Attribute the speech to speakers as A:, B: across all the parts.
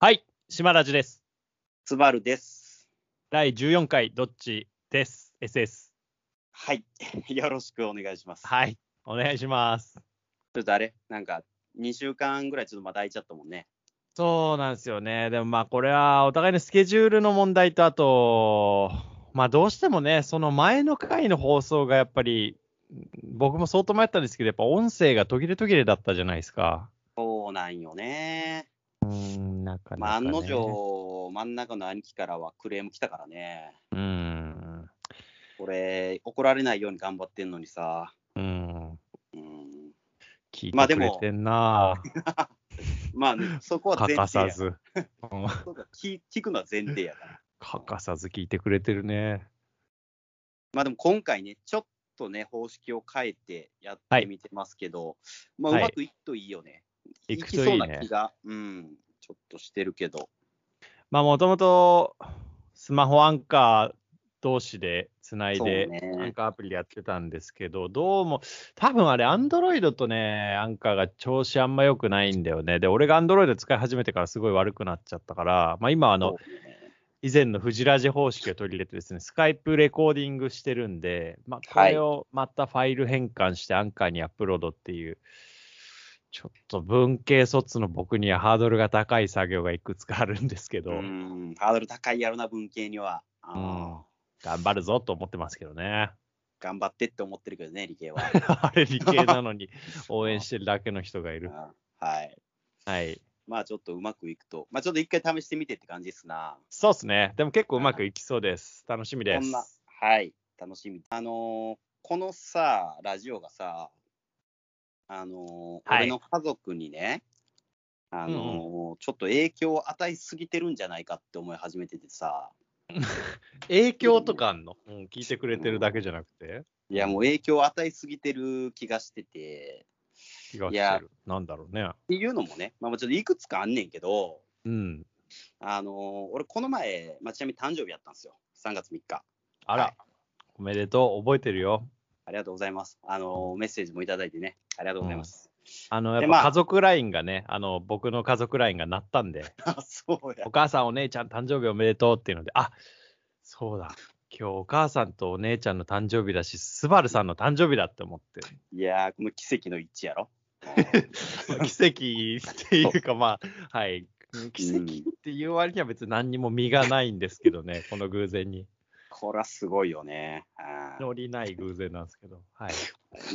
A: はい、島ラジです。
B: スバルです。
A: 第14回、どっちです。SS。
B: はい。 よろしくお願いします。
A: はい、お願いします。
B: ちょっとあれなんか、2週間ぐらいちょっとまた空いちゃったもんね。
A: そうなんですよね。でもまあ、これはお互いのスケジュールの問題と、あと、まあどうしてもね、その前の回の放送がやっぱり、僕も相当迷ったんですけど、やっぱ音声が途切れ途切れだったじゃないですか。
B: そうなんよね。
A: うーん、なかな
B: まあ、
A: か、
B: 案
A: ね。
B: の定、真ん中の兄貴からはクレーム来たからね。
A: うーん。
B: 俺、怒られないように頑張ってんのにさ。
A: うん。
B: うん、
A: 聞い
B: まあ
A: て
B: で
A: く
B: も
A: れてんな、
B: まあ、ね、そこは
A: 欠
B: 前
A: か
B: 提
A: さ
B: や。
A: ず。 うん
B: そうか聞聞くのは前提やから。
A: 欠かさず聞いてくれてるね。
B: まあでも今回ね、ちょっとね、方式を変えてやってみてますけど、まあう
A: はい
B: まくいくといいよね。
A: いく
B: き
A: といい
B: そう
A: ね
B: な気が、うん、ちょっとしてるけど。
A: まあ、もともとスマホアンカー同士でつないで、
B: そうね
A: アンカーアプリでやってたんですけど、どうも、多分あれ、アンドロイドとね、アンカーが調子あんま良くないんだよね。で、俺がアンドロイド使い始めてからすごい悪くなっちゃったから、まあ、今、あの、
B: そうね
A: 以前のフジラジ方式を取り入れてですね、スカイプレコーディングしてるんで、まあ、これをまたファイル変換してアンカーにアップロードっていう、ちょっと文系卒の僕にはハードルが高い作業がいくつかあるんですけど、
B: うん、ハードル高いやろな、文系には。あ
A: う
B: ー
A: ん頑張るぞと思ってますけどね。
B: 頑張ってって思ってるけどね、理系は。
A: あれ理系なの に応援してるだけの人がいる。
B: はい。
A: はい。
B: まあちょっとうまくいくと、まあちょっと一回試してみてって感じですな。
A: そうですね。でも結構うまくいきそうです。楽しみで
B: こんな
A: す。
B: はい、楽しみ。あのーこのさ、ラジオがさ、あのー
A: はい
B: 俺の家族にね、あのーちょっと影響を与えすぎてるんじゃないかって思い始めててさ、
A: 影響とかあんの、うん、聞いてくれてるだけじゃなくて
B: いやもう影響を与えすぎてる気がしてて、
A: 気が
B: い
A: して
B: や
A: る。なんだろうね。
B: っていうのもね、まあ、ちょっといくつかあんねんけど、
A: うん。
B: あのー俺、この前、まあ、ちなみに誕生日やったんですよ、3月3日。
A: あら、
B: はい
A: おめでとう。覚えてるよ。
B: ありがとうございます。あのーメッセージもいただいてね、ありがとうございます。
A: あの、やっ
B: で
A: ぱ
B: まあ
A: 家族ラインがね、あの、僕の家族ラインが鳴ったん で、
B: あ、そうや
A: お。母さん、お姉ちゃん、誕生日おめでとうっていうので、あそうだ。今日お母さんとお姉ちゃんの誕生日だし、スバルさんの誕生日だって思って。
B: いやー、この奇跡の一致やろ。
A: まあ奇跡っていうか、まあ、はい。奇跡っていう割には別に何にも身がないんですけどね、この偶然に。
B: こらすごいよね。あー
A: 乗りない偶然なんですけど。はい。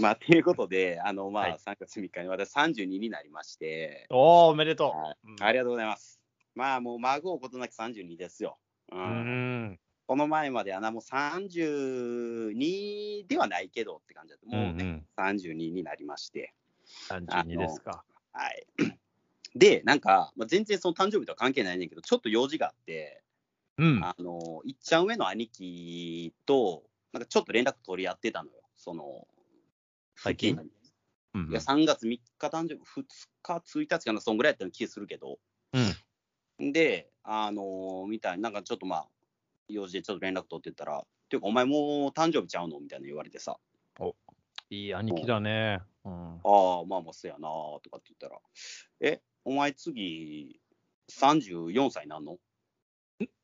B: まあ、ということで、あのまあ
A: はい
B: 3月3日に私32になりまして、
A: おお、おめでと。
B: はいうあ
A: り
B: りがとうございます。まあもう孫をことなく32ですよ。うん
A: うーん。
B: この前まではなもう32ではないけどって感じだった。もうね、
A: ね。
B: 32になりまして。
A: 32ですか。
B: はい、で、なんか、まあ、全然その誕生日とは関係ないねんけど、ちょっと用事があって、
A: うん。
B: あのいっちゃん上の兄貴と、なんかちょっと連絡取り合ってたのよ。その
A: 最近
B: 付近
A: うん
B: いや3月3日誕生日、2日、1日かな、そんぐらいやったような気するけど、で、あのーみたいになんかちょっとまあ、用事でちょっと連絡取ってったら、っていうか、お前もう誕生日ちゃうのみたいな言われてさ、
A: いい兄貴だね。 うん。
B: ああ、まあまあ、そうやなーとかって言ったら、え、お前次、34歳なんのっ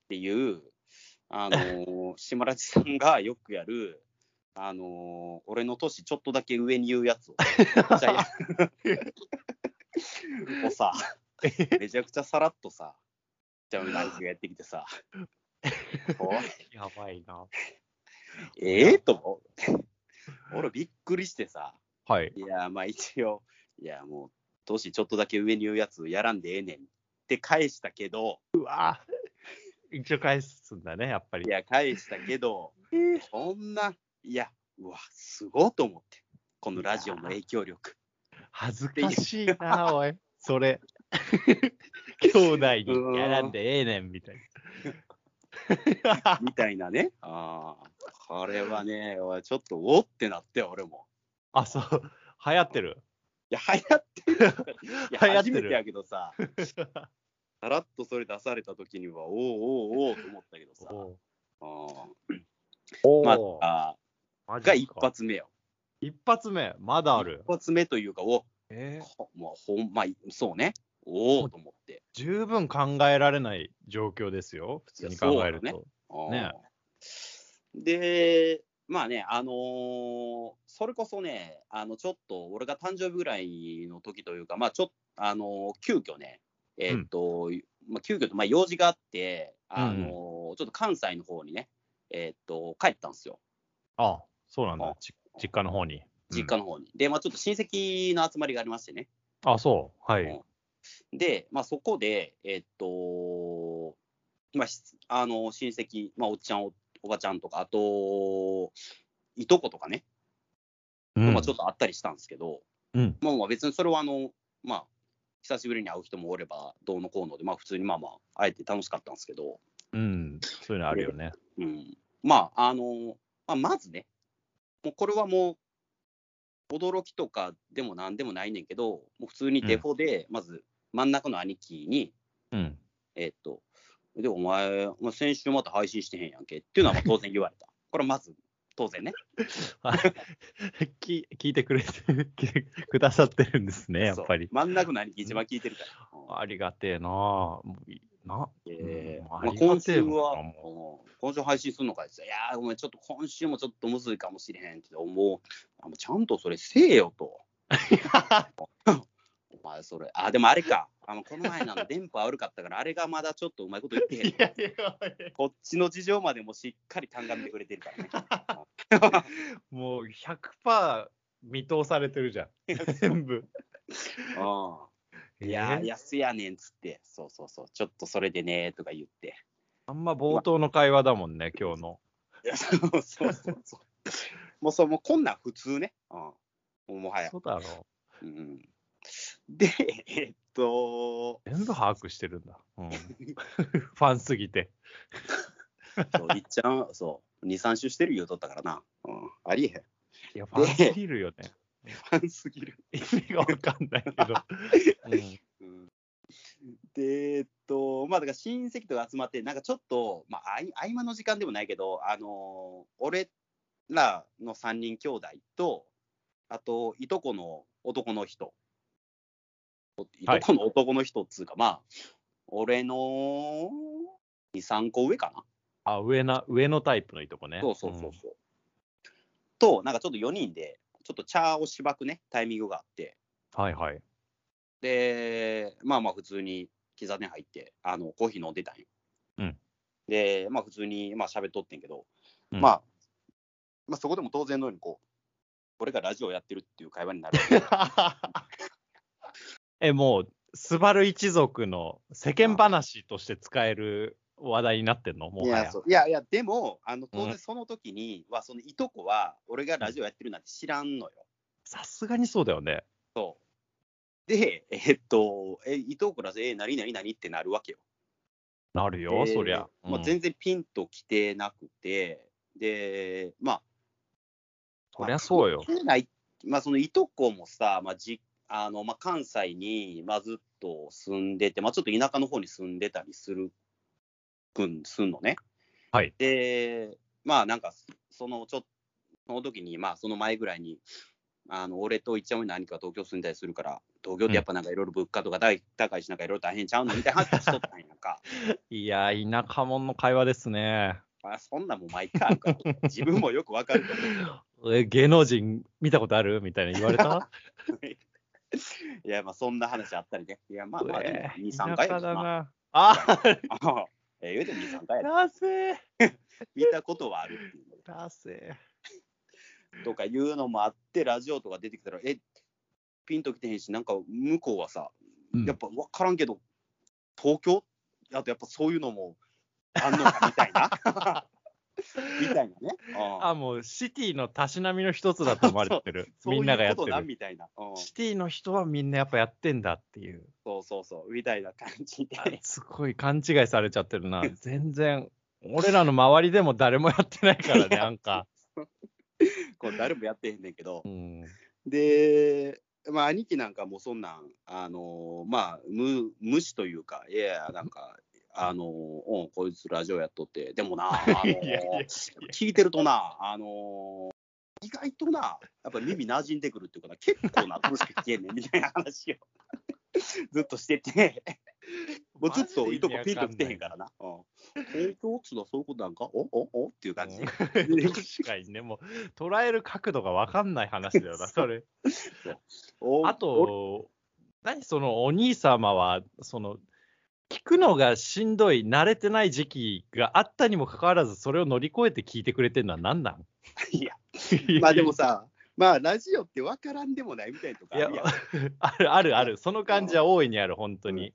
B: ていう、あのー、島らさんがよくやる、あのー俺の年ちょっとだけ上に言うやつを、めっちゃや をさ、めちゃくちゃさらっとさ、じゃあ、ナイスがやってきてさ、おい
A: やばいな。
B: ええと思う。俺、びっくりしてさ。
A: はい。
B: いや、まあ一応、いや、もう、年ちょっとだけ上に言うやつやらんでええねんって返したけど、
A: うわ一応返すんだね、やっぱり
B: い。や、返したけど、こんな、いや、うわ、すごいと思って、このラジオの影響力。
A: 恥ずかしいな、おい。そ れ。兄弟にやらんでええねんみたい な。
B: みたいなね。ああ、これはね、おいちょっと、おってなって、俺も。
A: あ、そう。 流行ってる。
B: いや、流行ってる。い
A: 流
B: や、
A: 行って
B: 初
A: る
B: めてやけどさ、さらっとそれ出された時には、おうおうおうと思ったけどさ。
A: お
B: あ
A: お
B: ーまあ、
A: マジ
B: が
A: か
B: 一。発目よ。
A: 一発目、まだある
B: 一。発目というか、お
A: え
B: こもうほんま、そうね、おおと思って。
A: 十分考えられない状況ですよ、普通に考える
B: いや
A: と。
B: あー
A: ね
B: で、まあね、あのーそれこそね、あのちょっと俺が誕生日ぐらいの時というか、まあ、ちょっと、あのー急遽ね、えーっと、まあ、急遽と、まあ、用事があって、あのー
A: うん
B: ちょっと関西の方にね、えーっと、帰ったんですよ、
A: ああそうなん
B: あ
A: だ、じ実家の方に。うん
B: 実家の方に。で、まあ、ちょっと親戚の集まりがありましてね。
A: あ、そう。は
B: うん
A: い。
B: で、まあ、そこで、えっと、まあ、しあの親戚、まあ、おっちゃんお、おばちゃんとか、あと、いとことかね、
A: うん
B: まあ、ちょっとあったりしたんですけど、
A: うん。
B: まあ、まあ別にそれはあの、まあ、久しぶりに会う人もおれば、どうのこうので、まあ、普通にまあまあ、会えて楽しかったんですけど、
A: うん。そういうのあるよね。
B: うん、まあ、あの、まあ、まずね、もうこれはもう、驚きとかでもなんでもないねんけど、もう普通にデフォで、まず真ん中の兄貴に、
A: うん。
B: えっと、で、お前、お前先週また配信してへんやんけっていうのはまあ当然言われ た。これはまず、当然ね。
A: はいき聞いてくれて、聞いてくださってるんですね、やっぱり
B: そう。真ん中の兄貴一番聞いてるから。うん
A: ありがてえなもういな、
B: えー
A: うん
B: ま
A: あ
B: あ、
A: りが
B: 今
A: てえ
B: 週
A: もん
B: は
A: な、
B: うん今週配信するのかいって言ったらいやー、ごめん、ちょっと今週もちょっとむずいかもしれへんって思う。あもうちゃんとそれせえよと。 お前、それ。あ、でもあれか。あのこの前なの電波悪かったから、あれがまだちょっとうまいこと言ってへん。
A: やいやい
B: こっちの事情までもしっかり単眼でくれてるから ね。
A: や、もう100%見通されてるじゃん、全部。
B: うんいや
A: え
B: ー、
A: ー
B: 安やねんっつって、そうそうそう、ちょっとそれでねーとか言って。
A: あんま冒頭の会話だもんね、今日の。
B: いやそうそうそうそう。もうそう、もうこんなん普通ね。うん。もうもはや
A: そ。うだろ
B: うん、で、えっと、
A: う。全部把握してるんだ。 うん、ファンすぎて。
B: そういっちゃん、そう、2、3周してる言うとったからな。うん、ありえ
A: いや、ファンすぎるよね。
B: へん。ファンすぎる。
A: 意味がわかんないけど。うん
B: うん、で、えっと、まあ、だから親戚とか集まって、なんかちょっと、まあ、あい合間の時間でもないけど、あのー俺らの3人兄弟と、あと、いとこの男の人、い
A: はい
B: とこの男の人っつうか、まあ、俺の2、3個上かな。
A: あ、上な、上のタイプのいとこね。
B: そうそうそうそう。と、なんかちょっと4人で、ちょっと茶をしばくね、タイミングがあって。
A: うんはいはい。
B: で、まあまあ普通に喫茶店入って、あのコーヒー飲んでたんよ。
A: うん
B: で、まあ普通にまあ喋っとってんけど、
A: うん
B: まあ、まあそこでも当然のようにこう、俺がラジオやってるっていう会話になるわけ。
A: え、もう、スバル一族の世間話として使える話題になってんの も
B: い
A: は
B: や
A: や
B: そ。ういやいや、でも、あの当
A: うん
B: 然その時には、そのいとこは俺がラジオやってるなんて知らんのよ。
A: さすがにそうだよね。
B: そう。で、えっと、え、いとこらぜ、え、何々何ってなるわけよ。
A: なるよ、
B: で
A: そりゃ。
B: まあ、全然ピンときてなくて、で、まあ、
A: そりゃそうよ。
B: 関係ない、まあ、そのいとこもさ、まあじあのまあ、関西に、まあ、ずっと住んでて、まあ、ちょっと田舎の方に住んでたりするくんすんのね。
A: はい
B: で、まあなんか、そのちょっと、その時に、まあ、その前ぐらいに、あの俺と一応何か東京住んだりするから、東京ってやっぱなんかいろいろ物価とか大高いし、なんかいろいろ大変ちゃうのみたいな話しとったんやんか。
A: いや、田舎者の会話ですね。
B: あそんなんもう毎回あるから、 自分もよくわかると思う
A: え、芸能人見たことあるみたいな言われた
B: いや、まあそんな話あったりね。い や、まあまあ、でも
A: えー
B: 2、
A: 田
B: 3回
A: 舎
B: や
A: だ
B: な。ま
A: な。あ、
B: あ、 えー言うても2、3回やで
A: だせー。
B: 見たことはあるっていうね
A: だせ
B: とかいうのもあって、ラジオとか出てきたら、え、ピンときてへんし、なんか向こうはさ、
A: ー。
B: やっぱ分からんけど、東京あとやっぱそういうのもあんのかみたい な。みたいなね。あ
A: あ、もうシティのたしなみの一つだと思われてる。みんながやって
B: そういうことなん
A: る。
B: みたいな。うん
A: シティの人はみんなやっぱやってんだって いう。
B: そうそうそう、みたいな感じで。
A: すごい勘違いされちゃってるな。全然、俺らの周りでも誰もやってないからね、なんか。
B: こう誰もやってへんねんけど
A: う。ん。
B: で、まあ、兄貴なんかもそんなん、あのーまあ、無無視というか、いやいや、なんか、あのーうん、こいつラジオやっとって、でもな、あの ー
A: いやいやいや
B: 聞いてるとな、あのー意外とな、やっぱ耳馴染んでくるっていうか な、結構な、楽しく聞けんねんみたいな話をずっとしてて、もうずっといとこピンと来てへんからな。うん 東京っつうのはそういうことなんかおおおっていう感 じで。
A: 確かにね、もう捉える角度が分かんない話だよな、それ。
B: お
A: あ、と、何そのお兄様は、その、聞くのがしんどい、慣れてない時期があったにもかかわらず、それを乗り越えて聞いてくれてるのは何なん
B: いや、
A: い
B: まあでもさ、まあラジオって分からんでもないみたいとかあ
A: や
B: るやん、
A: あるあるある、その感じは大いにある、本当に。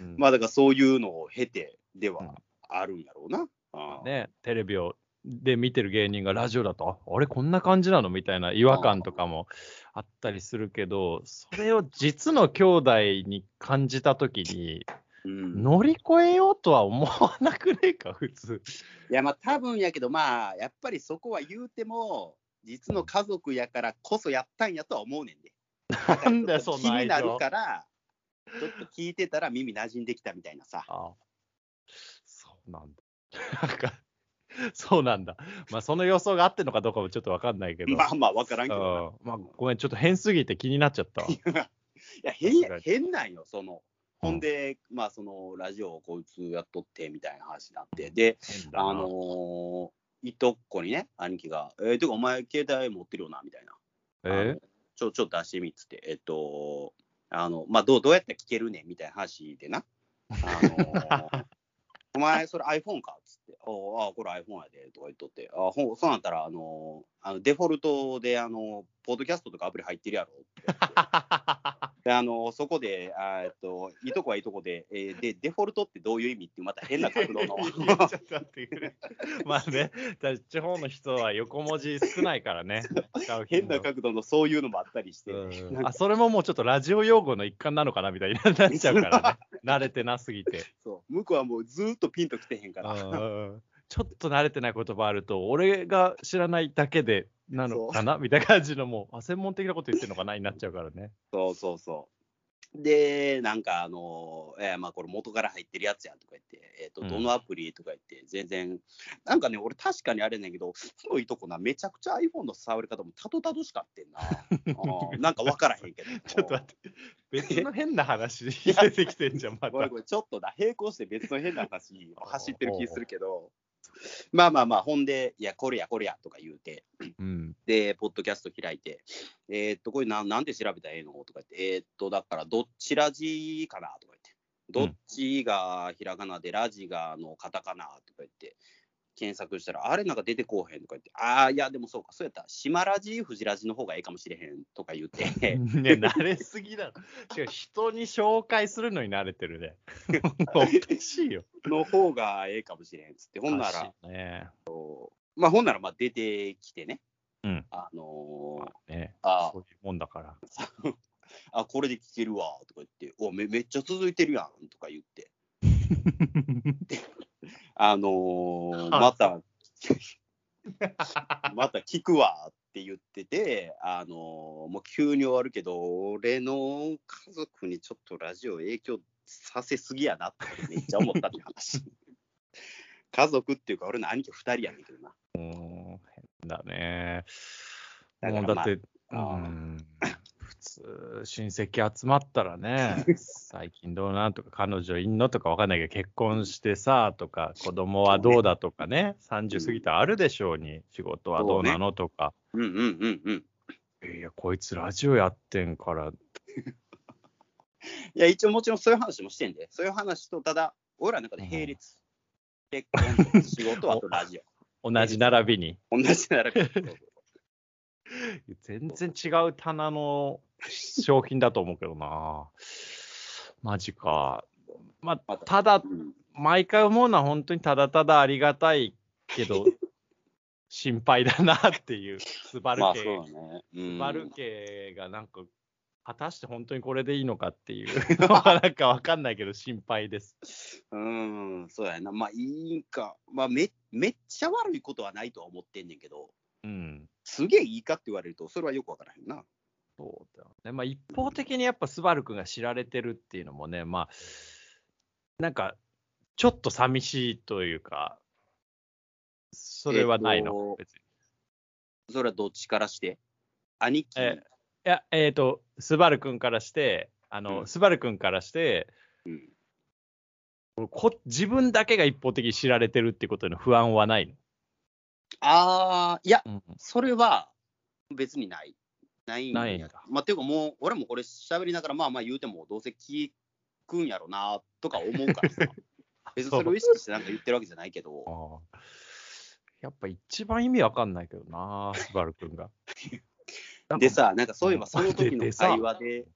A: うん
B: まあだからそういうのを経てで
A: うん
B: はあるんやろうな。ああ
A: ね、テレビをで見てる芸人がラジオだと、ああれ、こんな感じなのみたいな違和感とかもあったりするけど、それを実の兄弟に感じたときに、
B: うん
A: 乗り越えようとは思わなくねえか、普通。
B: いやまあ多分やけどまあやっぱりそこは言うても実の家族やからこそやったんやとは思うねんで。
A: なんだよ、
B: ち
A: そ
B: ょっと気
A: の
B: に
A: 愛
B: なる
A: 情。
B: からちょっと聞いてたら耳馴染んできたみたいなさ。
A: ああそうなんだ。なんか、そうなんだ。まあ、その予想があってんのかどうかもちょっとわかんないけど。
B: まあまあ分からんけどな。
A: うんまあ、ごめん、ちょっと変すぎて気になっちゃったわ。
B: いや変や
A: 確
B: 変なんよその。ほんで、まあそのラジオをこいつやっとってみたいな話になってで
A: 変だ
B: あ
A: な、
B: のーいとっこにね、兄貴が、えー、てかお前、携帯持ってるよな、みたいな。あ
A: え
B: のちょ、ちょっと出してみっつって、えっと、あの、まあ、どう、どうやって聞けるねんみたいな話でな。あの ーお前、それ iPhone かっつって、おあ、これ iPhone やで、とか言っとって、あ、ほんそうなったら、あのーあのデフォルトで、あのポッドキャストとかアプリ入ってるやろって言って。であのそこであー、えっと、いとこはいとこで、えーで、デフォルトってどういう意味って、また変な角度の。
A: いやちょっと待ってくれ。 まあね、だから地方の人は横文字少ないからね。使う頻
B: 変
A: 度
B: な角度のそういうのもあったりして、
A: うんあそれももうちょっとラジオ用語の一環なのかなみたいになっちゃう からね。慣れてなすぎて。
B: そう向こうはもうずーっとピンときてへんか
A: う
B: ら、
A: ん ちょっと慣れてない言葉あると、俺が知らないだけでなのかな みたいな感じの、もうあ専門的なこと言ってるのかなになっちゃうからね。
B: そうそうそう。で、なんか、あのえーまあ、これ元から入ってるやつやとか言って、えっと
A: うん
B: どのアプリとか言って、全然、なんかね、俺、確かにあれねんけど、すごいとこな、めちゃくちゃ iPhone の触り方もたどたどしかってんな。うんなんか分からへんけど。
A: ちょっと待って、別の変な話 出てきてんじゃん、ま
B: ごめん
A: た
B: ご。めんちょっとな、並行して別の変な話に走ってる気するけど、まあまあまあ、ほんで、いや、これや、これやとか言うて、
A: うん、
B: で、ポッドキャスト開いて、えーっと、これなんなんで調べたらええのとか言って、えーっと、だから、どっちラジかなとか言って、どっちがひらがなで、ラジがあのカタカナとか言って、検索したら、あれなんか出てこうへんとか言って、ああ、いや、でもそうか、そうやったら、島ラジ、フジラジの方がええかもしれへんとか 言って、
A: ね、慣れすぎだろ。しかも人に紹介するのに慣れてるね。 おかしいよ。
B: の方がええかもしれへんっつって、ほんな
A: お
B: ら
A: か、しいね。
B: まあ、ほんなら、まあ、出てきてね、
A: うん
B: あの
A: ま
B: ー
A: あね
B: あ
A: そういうもんだから。
B: あ、これで聞けるわ、とか言って、おめ、めっちゃ続いてるやん、とか言 って。あのー
A: はい
B: ま た、また聞くわって言ってて、あのーもう急に終わるけど、俺の家族にちょっとラジオ影響させすぎやなってめっちゃ思ったって 話。家族っていうか、俺の兄貴2人やねんけどな。
A: うん変だね。
B: だから
A: もうだって、
B: まあ
A: うん、普通、親戚集まったら ね、最近どうなんとか、彼女いんのとかわかんないけど、結婚してさとか、子供はどうだとかね、30過ぎたらあるでしょうに、仕事はどうなのとか。
B: うんうんうんうん。
A: いや、こいつラジオやってんから、
B: いや、一応もちろんそういう話もしてんで、そういう話と、ただ、俺らの中で並列。結婚と仕事、あと ラジ
A: 同じ並びに。
B: オ。同じ並び。
A: 全然違う棚の商品だと思うけどな。マジか。まあ、ただ、
B: うん
A: 毎回思うのは本当にただただありがたいけ ど、心配だなっていう、スバル
B: まあ、そう
A: 家、
B: だね。う
A: ス
B: ん
A: バル家がなんか、果たして本当にこれでいいのかっていう のはなんかわかんないけど、心配です。
B: うーん、そうやな。まあ、いいんか。まあめ、めっちゃ悪いことはないとは思ってんねんけど、
A: うん。
B: すげえいいかって言われると、それはよくわからへんな。
A: そうだよね。まあ一方的にやっぱスバルくんが知られてるっていうのもね、まあ、なんか、ちょっと寂しいというか、それはない
B: えー
A: の
B: と、
A: 別に。
B: それはどっちからして兄貴、
A: えいや、えっ、と、スバルくんからして、あの、
B: うん
A: スバルくんからして、こ自分だけが一方的に知られてるってことへの不安はない
B: ああ、いや、
A: の、
B: それは別にない。ないんや
A: ないんだ
B: まあ、ていうかもう、俺もこれ喋りながら、まあまあ言うても、どうせ聞くんやろな、とか思うから さ。別にそれを意識してなんか言ってるわけじゃないけど、
A: ああやっぱ一番意味わかんないけどな、スバル君が。
B: でさ、なんかそういえばその時の
A: でさ
B: 会話で、
A: うん、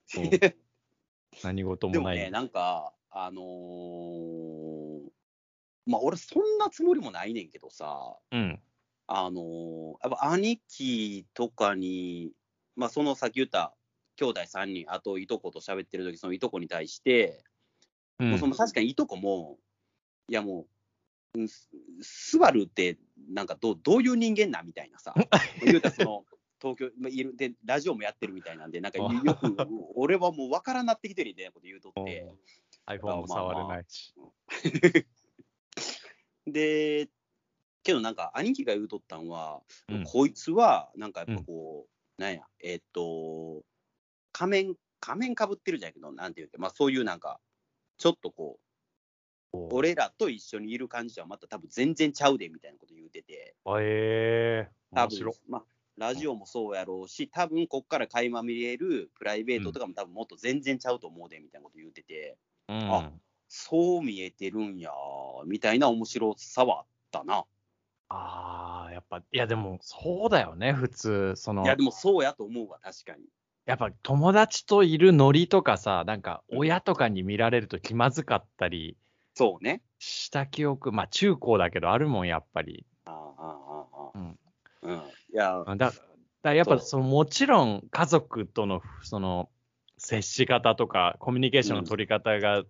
A: 何事
B: で
A: も
B: も
A: ない。
B: ね、なんか、あのーまあ俺そんなつもりもないねんけどさ、
A: うん。
B: あのーやっぱ兄貴とかに、まあそのさっき言った兄弟3人、あといとこと喋ってる時、そのいとこに対して、
A: う
B: もうそ
A: ん、
B: の確かにいとこも、いやもう、うんススバルってなんかどうどういう人間なんみたいな さ、言うたらその東京まあいるで、ラジオもやってるみたいなんで、なんかよく 俺はもう分からんなってきてるみたいなこと言うとって。
A: iPhone も触れないし。
B: で、けどなんか兄貴が言うとったんは、
A: うん
B: こいつはなんかやっぱこう、なんや、えっと、仮面、仮面かぶってるじゃんけど、なんていうか、まあそういうなんか、ちょっとこう、俺らと一緒にいる感じとはまた多分全然ちゃうでみたいなこと言うてて、
A: あええ
B: 多
A: 面白
B: 分。まあラジオもそうやろうし、多分こっから垣間見れるプライベートとかも多分もっと全然ちゃうと思うでみたいなこと言うてて、
A: うん
B: あそう見えてるんや、みたいな面白さはあったな。
A: ああ、やっぱ、いやでも、そうだよね、普通。その
B: いや、でもそうやと思うわ、確かに。
A: やっぱ友達といるノリとかさ、なんか親とかに見られると気まずかったり
B: そうね。
A: した記憶、まあ中高だけどあるもん、やっぱり。
B: ああ、ああ、ああ。
A: うん
B: うん。いや、
A: だだからやっぱ
B: そう
A: そのもちろん家族とのその接し方とかコミュニケーションの取り方が、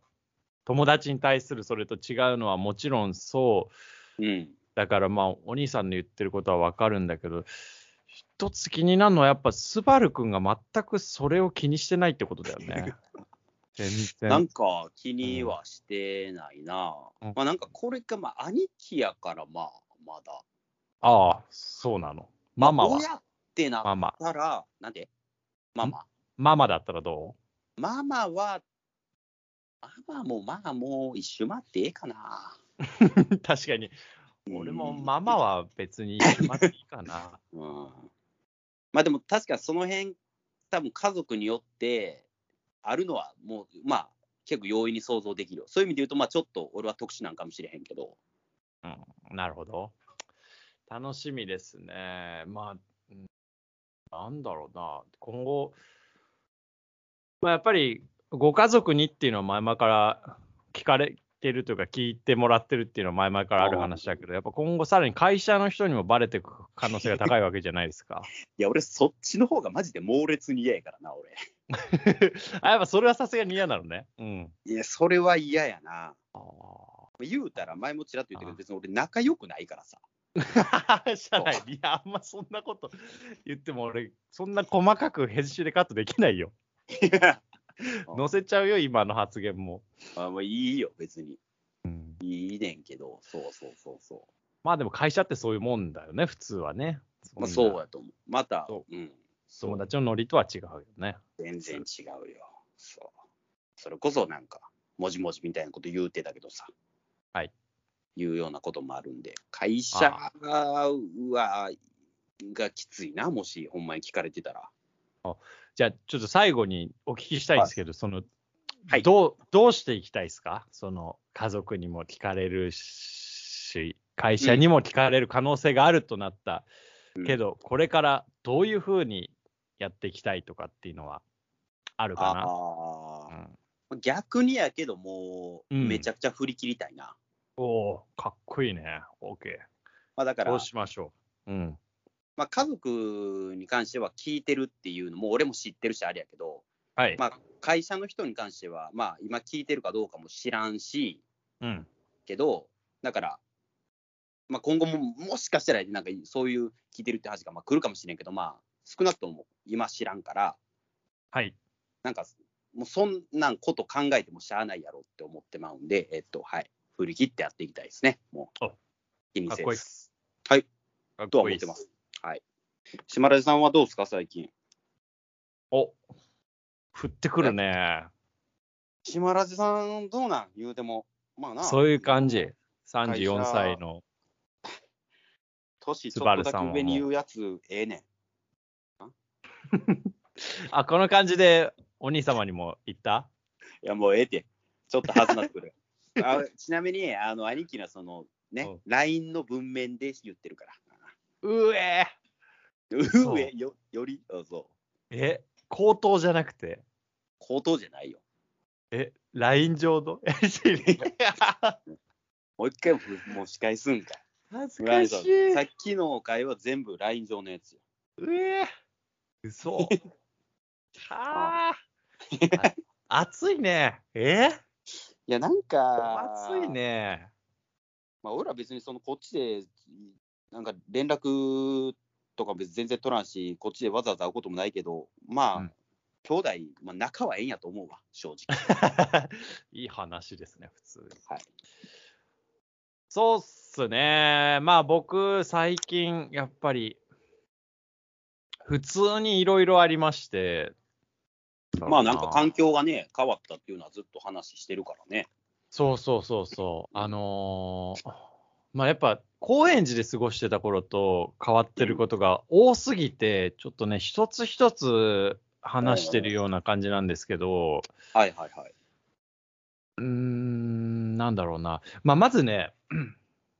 A: 友達に対するそれと違うのはもちろんそう
B: うん。
A: だからまあお兄さんの言ってることはわかるんだけど一つ気になるのはやっぱスバル君が全くそれを気にしてないってことだよ ね。全
B: な
A: 然
B: んか気にはしてないな。
A: うん
B: まあなんかこれが、まあ兄貴やから、まあ、まだ。
A: ああそうなの。ママは
B: 親ってなっ
A: ママ。
B: たら、なんでママ。
A: ママだったらど
B: ママは、ママもまあもう一周回ってええかな。
A: う 確かに俺もママは別にまずいいかな。
B: うんまあでも確かその辺多分家族によってあるのはもうまあ結構容易に想像できるよそういう意味で言うとまあちょっと俺は特殊なんかもしれへんけど
A: なるほど。楽しみですね。まあ、うんなんだろうな、今後、まあ、やっぱりご家族にっていうのは前々から聞かれてるというか、聞いてもらってるっていうのは前々からある話だけど、やっぱ今後、さらに会社の人にもバレてく可能性が高いわけじゃないです か。
B: いや俺そっちの方がマジで猛烈に嫌やからな俺
A: あやっぱそれはさすがに嫌なのね。うん。
B: いやそれは嫌やな
A: あ
B: 言うたら前もちらっと言ったけど別に俺仲良くない からさ
A: あ。じゃない。いや、あんまそんなこと言っても俺、そんな細かく編集でカットできないよ。載せちゃうよ、今の発言も。
B: あもういいよ別にいいねんけどそうそうそうそ
A: まあでも会社ってそういうもんだよね、普通はね。
B: うまあそう
A: や。
B: やと思うまた、
A: そう
B: ん、
A: 友達のノリとは違うよね。
B: 全然違うよ。そう。それこそなんか、もじもじみたいなこと言うてたけどさ。
A: はい。
B: いうようなこともあるんで、会社が、うわ、がきついな、もし、ほんまに聞かれてたら。
A: じゃあちょっと最後にお聞きしたいんですけど、その、
B: はい
A: どう、どうしていきたいですかその家族にも聞かれるし、会社にも聞かれる可能性があるとなった、
B: うん
A: けど、これからどういうふうにやっていきたいとかっていうのはあるかな。
B: あ
A: う
B: あ、
A: ん、
B: 逆にやけど、もう、
A: うん
B: めちゃくちゃ振り切りたいな。
A: おおかっこいいね。OK。
B: まあだから
A: そう、しましょう。うん。
B: まあ、家族に関しては聞いてるっていうのも、俺も知ってるし、あれやけど、
A: はい。
B: まあ、会社の人に関しては、まあ、今聞いてるかどうかも知らんし、
A: うん。
B: けど、だから、まあ、今後ももしかしたら、なんかそういう聞いてるって話がまあ来るかもしれんけど、まあ、少なくとも今知らんから、
A: はい。
B: なんか、もうそんなんこと考えてもしゃあないやろって思ってまうんで、えっと、はい、振り切ってやっていきたいですね、もう
A: お。
B: 気に
A: かっ
B: せ
A: こいい
B: ず。。はい、
A: かっ
B: とは
A: こい
B: 思
A: い
B: ってま
A: っす
B: す。はい。島田さんはどうですか、最近。
A: お降ってくるね。
B: 島田さん、どうなん言うても、まあな。
A: そういう感じ。
B: 会社
A: 34歳の。
B: 年ちょっとだけ上に言うやつ、ええねん。
A: あ、この感じでお兄様にも言った
B: いや、もうええって。ちょっとはずなってくる。 あちなみに、あの、兄貴のその、ね、LINE の文面で言ってるから。
A: うえ
B: うえ、よ、より、あそう。
A: え、口頭じゃなくて、
B: 口頭じゃないよ。
A: え、LINE 上の やりとり
B: もう一回も、もう仕返すんか。
A: 恥ず
B: ブライ
A: か
B: ンド
A: しい。
B: さっきの会話全部 LINE 上のやつよ。
A: うえ 嘘。はあ。あ暑いね。え
B: いや、なんか、
A: 暑い。ね。
B: まあ、俺ら別にそのこっちで、なんか連絡とか別に全然取らんし、こっちでわざわざ会うこともないけど、まあ、
A: うん
B: 兄弟、まあ、仲はええんやと思うわ、正直。
A: いい話ですね、普通に。
B: はい
A: そうっすね。まあ僕、最近、やっぱり、普通にいろいろありまして。
B: まあ、なんか環境がね、変わったっていうのはずっと話してるからね。
A: そうそうそうそう。あのーまあやっぱ高円寺で過ごしてた頃と変わってることが多すぎて、ちょっとね、一つ一つ話してるような感じなんですけど、
B: はいはいはい。
A: うーん、なんだろうな。まあまずね、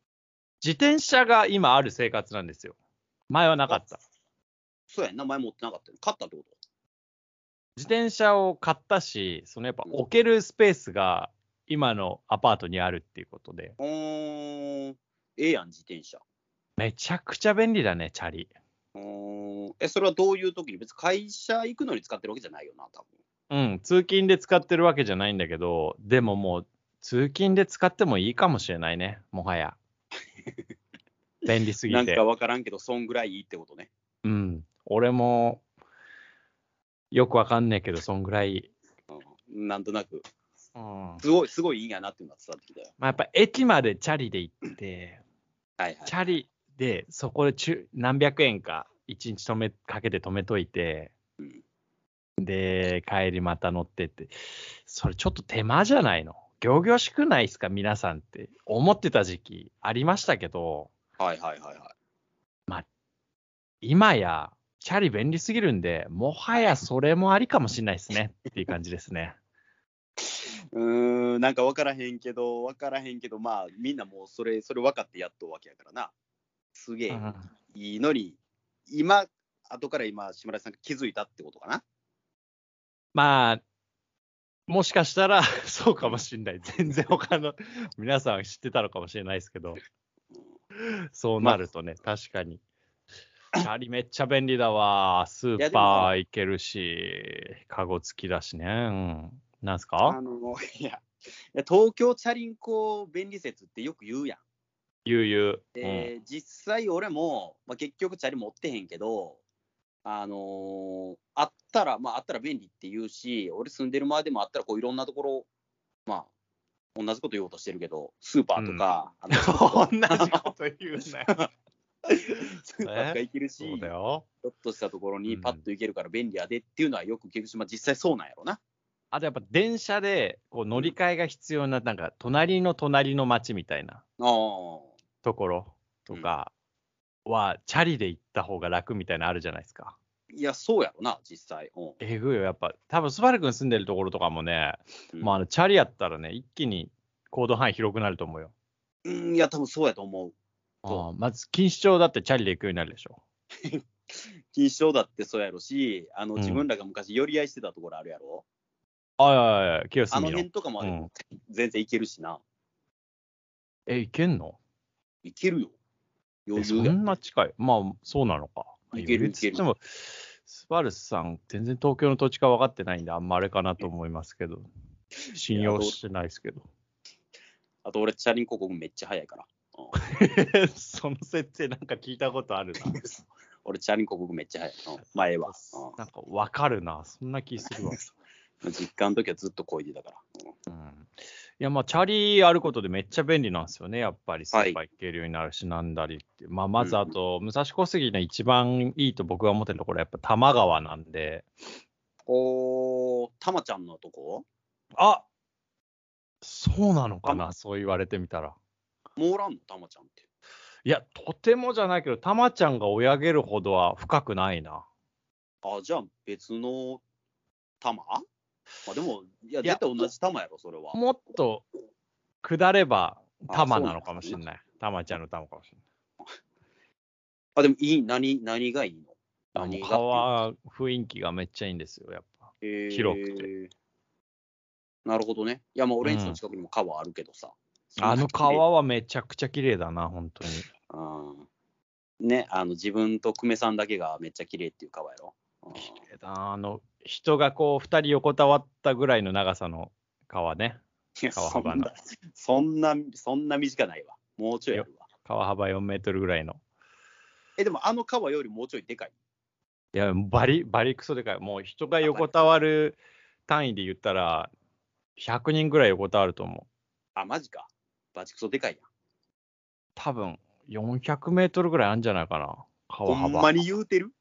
A: 自転車が今ある生活なんですよ。前はなかった。
B: そうやんな、前持ってなかったよ。勝ったってこ
A: 自転車を買ったし、そのやっぱ置けるスペースが今のアパートにあるっていうことで、
B: とうーん。ええやん、自転車。
A: めちゃくちゃ便利だね、チャリ。
B: うーん。え、それはどういう時に別に会社行くのに使ってるわけじゃないよな、多分。
A: うん、通勤で使ってるわけじゃないんだけど、でももう、通勤で使ってもいいかもしれないね、もは や。便利すぎ
B: なん
A: て
B: か。わからんけど、そんぐらいいいってことね。
A: うん、俺も、よくわかんねえけど、そんぐらい。
B: うん、なんとなく、
A: うん。ます
B: ごい、すごいいいんやなっていうのは伝わってきたよ。
A: あ、やっぱ駅までチャリで行って、
B: はいはい。
A: チャリで、そこで中何百円か、一日止めかけて止めといて、で、帰りまた乗ってって、それちょっと手間じゃないの行々しくないですか、皆さんって思ってた時期ありましたけど、
B: はいはいはいはい。
A: 今や、チャリ便利すぎるんで、もはやそれもありかもしれないですねっていう感じですね。
B: うーん、なんかわからへんけど、わからへんけど、まあ、みんなもうそれ、それ分かってやっとうわけやからな。すげえ、
A: うん
B: いいのに、今、後から今、島田さんが気づいたってことかな。
A: まあ、もしかしたら そうかもしれない。全然他の皆さん知ってたのかもしれないですけど、そうなるとね、確かに。チャリめっちゃ便利だわ。ス
B: や
A: ー
B: でも
A: パ
B: あの
A: ー行けるし、カゴ付きだしね。うん。なんす
B: あ
A: か
B: の、 いや、いや東京チャリンコ便利説ってよく言うやん。
A: 悠々。うん
B: で、実際俺も、まあ、結局チャリ持ってへんけど、あのーあったら、まあ、あったら便利って言うし、俺住んでる前でもあったら、こういろんなところ、まあ、同じこと言おうとしてるけど、スーパーとか、あの
A: 同じこと言うなよ。
B: スーパーとか行けるし、
A: そうだ
B: ち
A: よ。
B: ょっとしたところにパッと行けるから便利やでっていうのはよく聞くし、まあ、実際そうなんやろな。
A: あとやっぱ電車でこう乗り換えが必要な、なんか隣の隣の町みたいな
B: あー
A: ところとかは、チャリで行った方が楽みたいなのあるじゃないですか。
B: いや、そうやろな、実際。うん
A: えぐいよ、やっぱ。多分スバル君住んでるところとかもね、
B: うん
A: まああの、チャリやったらね、一気に行動範囲広くなると思うよ。
B: うん、いや、多分そうやと思う。そう
A: ああまず、錦糸町だってチャリで行くようになるでしょ。
B: 錦糸町だってそうやろし、あの
A: うん
B: 自分らが昔寄り合いしてたところあるやろ。
A: あいやいやいや、清
B: あの
A: 澄の。
B: 辺とかも
A: うん、
B: 全然いけるしな。
A: え、行けんの
B: いけるよ。
A: え
B: 余
A: そ
B: 裕や。
A: んな近い。まあ、そうなのか。
B: いける
A: や
B: いける
A: でも、スバルさん、全然東京の土地が分かってないんで、あんまあれかなと思いますけど、信用してないですけど。
B: あと俺、チャリンコここめっちゃ速いから。
A: その設定なんか聞いたことあるな。
B: 俺、チャリンコここめっちゃ速い。うん前は。
A: なんか分かるな。そんな気する わ。
B: うん実家の時はずっとこいでたから。うん
A: いや、まあ、チャリあることでめっちゃ便利なんですよね。やっぱりス
B: はい
A: ーパー行けるようになるし、なんだりって。まあ、まずあと、武蔵小杉の一番いいと僕が思ってるところは、やっぱ多摩川なんで、
B: おー、たまちゃんのとこ
A: あそうなのかな、そう言われてみたら。
B: もうおらんの、たまちゃんって。
A: いや、とてもじゃないけど、たまちゃんが追い上げるほどは深くないな。
B: あ、じゃあ別の玉まあでも、いや、
A: いや
B: 絶対同じ玉やろ、それは。
A: もっと下れば、たまなのかもしれ
B: い。
A: ない。たまちゃんのたまかもしれない。
B: あ、でもいい、何、何がいいの
A: あも
B: 何
A: う
B: が
A: 顔は雰囲気がめっちゃいいんですよ、やっぱ。広く
B: て。なるほどね。いや、まあ、俺んちの近くにも川あるけどさ。
A: あの川はめちゃくちゃ綺麗だな、本当に。
B: うんね、あの自分と久米さんだけがめっちゃ綺麗っていう川やろ。うん
A: 綺麗だな。あの、人がこう、二人横たわったぐらいの長さの川ね。
B: いや
A: 川
B: そ
A: 幅
B: ん
A: の
B: な、そんな、そんな短ないわ。もうちょいあるわ。
A: 川幅4メートルぐらいの。
B: え、でもあの川よりもうちょいでかい。
A: いや、バリ、バリクソでかい。もう人が横たわる単位で言ったら、100人ぐらい横たわると思う。
B: あ、マジか。バチクソでかいやん。
A: 多分、400メートルぐらいあるんじゃないかな。
B: ほ
A: 川
B: ん
A: 幅。
B: まに言うてる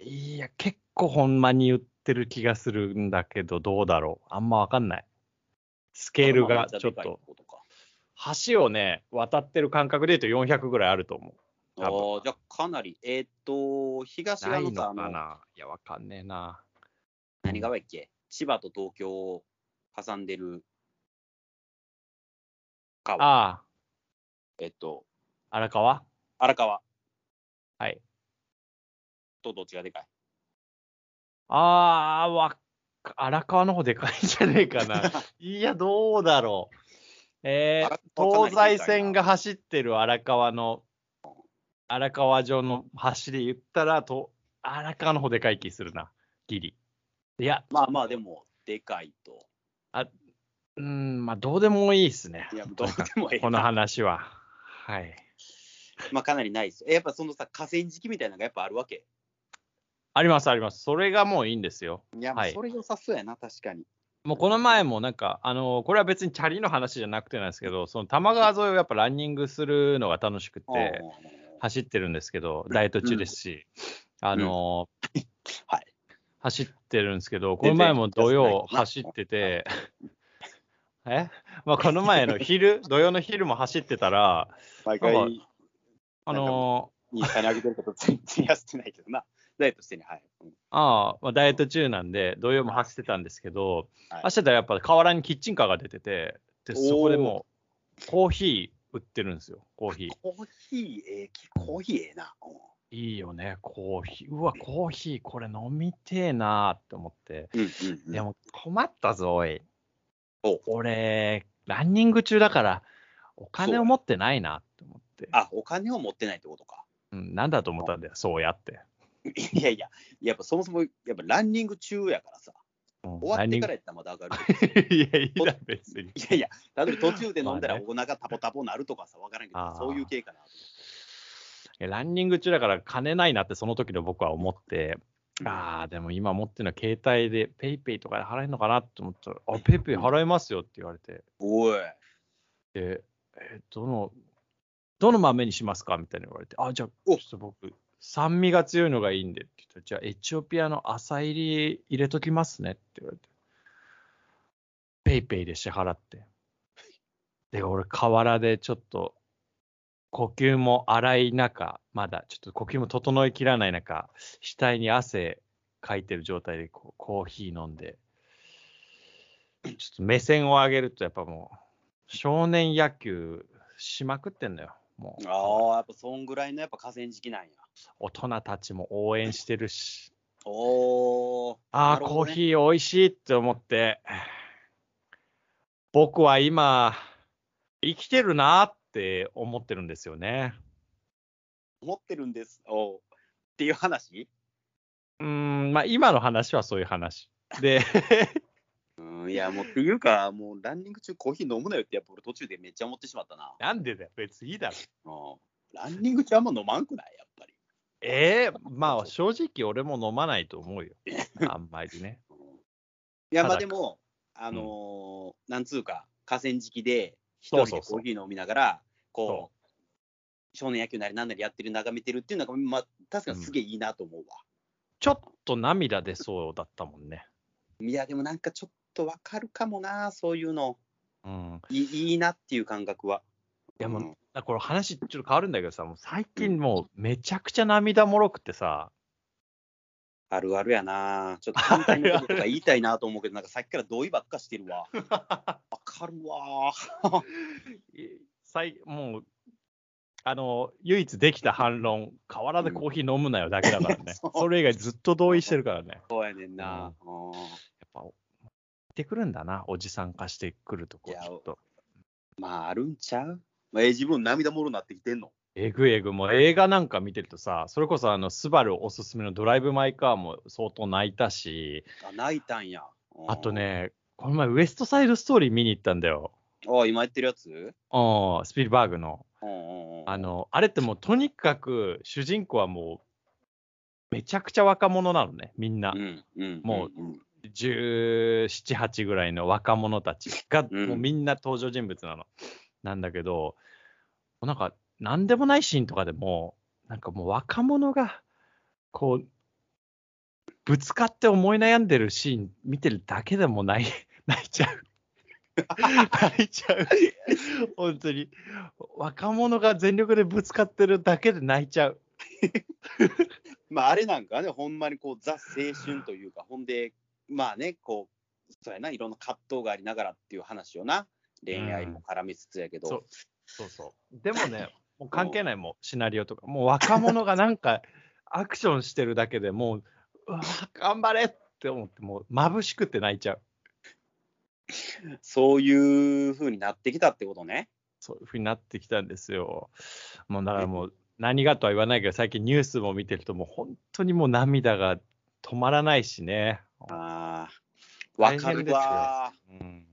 A: いや、結構ほんまに言ってる気がするんだけど、どうだろう。あんまわかんない。スケールがちょっ
B: あまあめちゃでかい
A: と。
B: ことか
A: 橋をね、渡ってる感覚で言うと400ぐらいあると思
B: あーじゃあかなり、えーっと、東
A: う。な
B: 側
A: い
B: の
A: の
B: さ、
A: か
B: あの
A: な。いや、わかんねえな。
B: 何川やっけ千葉と東京を挟んでる川。
A: あ
B: えっと、
A: あ、荒川
B: 荒川
A: はい。
B: とどっちがでかい
A: ああ、わっ荒川の方でかいんじゃねえか な。いや、どうだろう。えー
B: 荒川かなりでかいな
A: 東西線が走ってる荒川の、荒川上の橋で言ったら、と荒川の方でかい気するな、ギリ。いや、
B: まあまあ、でも、でかいと。
A: うーん、まあ、どうでもいいですね。
B: い や、どうでもええな。
A: この話は。はい。
B: まあ、かなりないです。えやっぱそのさ、河川敷みたいなのがやっぱあるわけ。
A: あります、あります。それがもういいんですよ。
B: いや、
A: はい
B: それ良さそうやな、確かに。
A: もうこの前もなんか、あのこれは別にチャリの話じゃなくてなんですけど、その多摩川沿いをやっぱランニングするのが楽しくて、
B: あ
A: 走ってるんですけど、ダイエット中ですし、あの
B: はい
A: 走ってるんですけど、この
B: 全然
A: 前も土曜
B: 気が
A: 走ってて、え まあ、この前の昼、土曜の昼も走ってたら、
B: ー毎
A: なん
B: 回、
A: あの
B: インスタに上げてること全然痩せてないけどな。ダイエットしてね、はい。うん
A: ああまあ、ダイエット中なんで、土曜も走ってたんですけど、
B: はい
A: 走ってたらやっぱ河原にキッチンカーが出てて、でそこでもうコーヒー売ってるんですよ、コーヒー。
B: コーヒー、ええコーヒーええな。うん
A: いいよね、コーヒー。うわ、コーヒー、これ飲みてえなーって思って。
B: うんうんうん
A: でも困ったぞ、おい。
B: お
A: 俺、ランニング中だから、お金を持ってないなって思って。
B: あ、お金を持ってないってことか。
A: うん、なんだと思ったんだよ、そうやって。
B: いやいや、やっぱそもそも、やっぱランニング中やからさ、
A: うん
B: 終わってから
A: ラ
B: やったらまだ上がるけど。
A: ンニング いや、いいだ、別に。
B: いやいや、例えば途中で飲んだ
A: まあ
B: ら
A: ね
B: お腹タポタポなるとかさ、わからんけ
A: あー
B: ど、そういう系かなと
A: いやランニング中だから金ないなってその時の僕は思って、
B: うん
A: ああ、でも今持ってるのは携帯でペイペイとかで払えるのかなって思ったら、あ、ペイペイ払えますよって言われて、
B: 思って。おい。
A: で、えーどの、どの豆にしますかみたいに言われて、あ、じゃあ、ちょ
B: お
A: っと僕、酸味が強いのがいいんでって言ったら、じゃあ、エチオピアの朝入り入れときますねって言われて、ペイペイで支払って。で、俺、河原でちょっと、呼吸も荒い中、まだちょっと呼吸も整いきらない中、額に汗かいてる状態でこうコーヒー飲んで、ちょっと目線を上げると、やっぱもう、少年野球しまくってんのよ。もう
B: ああ、やっぱそんぐらいのやっぱ河川敷なんや。
A: 大人たちも応援してるし、
B: おー。
A: あ
B: な
A: あ、
B: る
A: コ
B: ほ
A: ー
B: どね
A: ヒー美味しいって思って、僕は今、生きてるなって思ってるんですよね。
B: 持ってるんです。おうっていう話
A: うーん、まあ今の話はそういう話。 で、
B: うん、いや、もうっていうか、もうランニング中コーヒー飲むなよって、やっぱ俺途中でめっちゃ思ってしまったな。
A: なんでだよ、別にいいだろ。
B: うん、ランニング中あんま飲まんくないやっぱり。
A: ええまあ正直俺も飲まないと思うよ。あんまりね。
B: うんいや、
A: ただ
B: まあでも、あのーなんつうか、河川敷で、一
A: そう
B: 人
A: そ
B: で
A: うそ
B: コ
A: う
B: ーヒー飲みなが
A: そ
B: ら、こう、少年野球なりなんなりやってる、眺めてるっていうのが、まあ、確かにすげえいいなと思うわ。
A: ちょっと涙出そうだったもんね。
B: いや、でもなんかちょっとわかるかもな、そういうの。
A: うん。
B: いいいいなっていう感覚は。
A: いやもう
B: うん
A: だからこれ話ちょっと変わるんだけどさ、もう最近もうめちゃくちゃ涙もろくてさ、
B: あるある やなちょっと簡単なこととか言いたいなと思うけど、なんかさっきから同意ばっかしてる わ。わかるわ
A: い最もう、あの、唯一できた反論、変わらずコーヒー飲むなよだけだからね。
B: そう
A: それ以外ずっと同意してるからね。
B: そうやねんな、うん
A: やっぱ、行ってくるんだな、おじさん化してくるとこ、
B: いや
A: ちょっと。
B: まあ、あるんちゃうまあ、え自分涙もろなってきてんの
A: えぐえぐ、もう映画なんか見てるとさ、それこそあの、スバルおすすめのドライブ・マイ・カーも相当泣いたし、
B: あ、泣いたんや。うん
A: あと。ね、この前、ウエストサイド・ストーリー見に行ったんだよ。
B: あ今言ってるやつ
A: うん、スピルバーグの。あ
B: あ
A: の、あれってもうとにかく主人公はもう、めちゃくちゃ若者なのね、みんな。
B: うんうん、
A: もう
B: うん、
A: 17、8ぐらいの若者たちが、
B: うん
A: もうみんな登場人物なの。なんだけど、もうなんか、なんでもないシーンとかでも、なんかもう若者が、こう、ぶつかって思い悩んでるシーン見てるだけでも泣い 泣いちゃ う。泣いちゃう。本当に。若者が全力でぶつかってるだけで泣いちゃう。
B: まあ、あれなんかね、ほんまにこう、ザ・青春というか、ほんで、まあね、こう、そうやな、いろんな葛藤がありながらっていう話をな、恋愛も絡みつつやけど、
A: そうそうそう。でも ね、もう関係ない、もうシナリオとか、もう若者がなん かアクションしてるだけでもう、うわ、頑張れって思って、もう眩しくて泣いちゃう。
B: そういう風になってきたってことね。
A: そういうふうになってきたんですよ。もうだからもう、何がとは言わないけど、最近ニュースも見てると、もう本当にもう涙が止まらないしね。
B: ああ、わか
A: 大変
B: る
A: ですよ
B: わ
A: うん、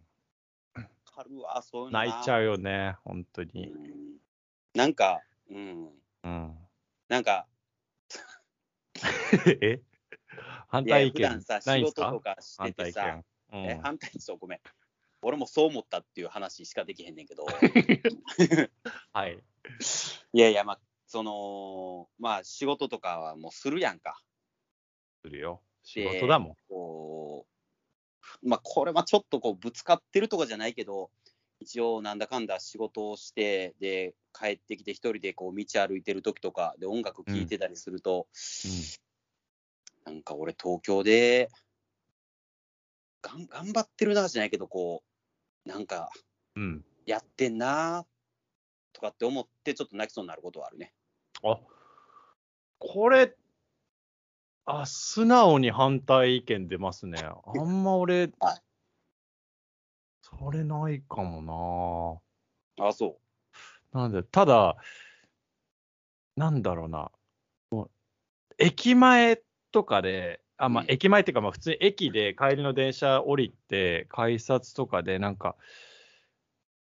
B: ー、わかるわー、そういうのな
A: 泣いちゃうよね、本当に。
B: うんなんか、うん、
A: うん、
B: なんか、
A: え反
B: いや
A: 対意
B: 普段
A: 見
B: さ、
A: ない
B: 仕
A: んす
B: 事と
A: か
B: かし
A: 反
B: て
A: 対
B: て
A: 意
B: さ、
A: 見。うん
B: え反対そう、ごめん。俺もそう思ったっていう話しかできへん ねんけど、
A: はい。
B: いやいや、まあ、その、まあ、仕事とかはもうするやんか。
A: するよ。仕
B: で
A: 事だもん。
B: こう、まあ、これはちょっとこう、ぶつかってるとかじゃないけど、一応、なんだかんだ仕事をして、で、帰ってきて一人でこう、道歩いてる時とか、で、音楽聴いてたりすると、
A: うん
B: なんか俺、東京で、がん頑張ってるなじゃないけど、こう、なんか、
A: うん。
B: やってんなとかって思って、ちょっと泣きそうになることはあるね。
A: あ、これ、あ、素直に反対意見出ますね。あんま俺
B: はい、
A: それないかも
B: あ、そ
A: な。なんで、ただ、なんだろうな。もう駅前とかで、あ、まあ
B: う、ん
A: 駅前っていうか、まあ、普通に駅で帰りの電車降りて、改札とかで、なんか、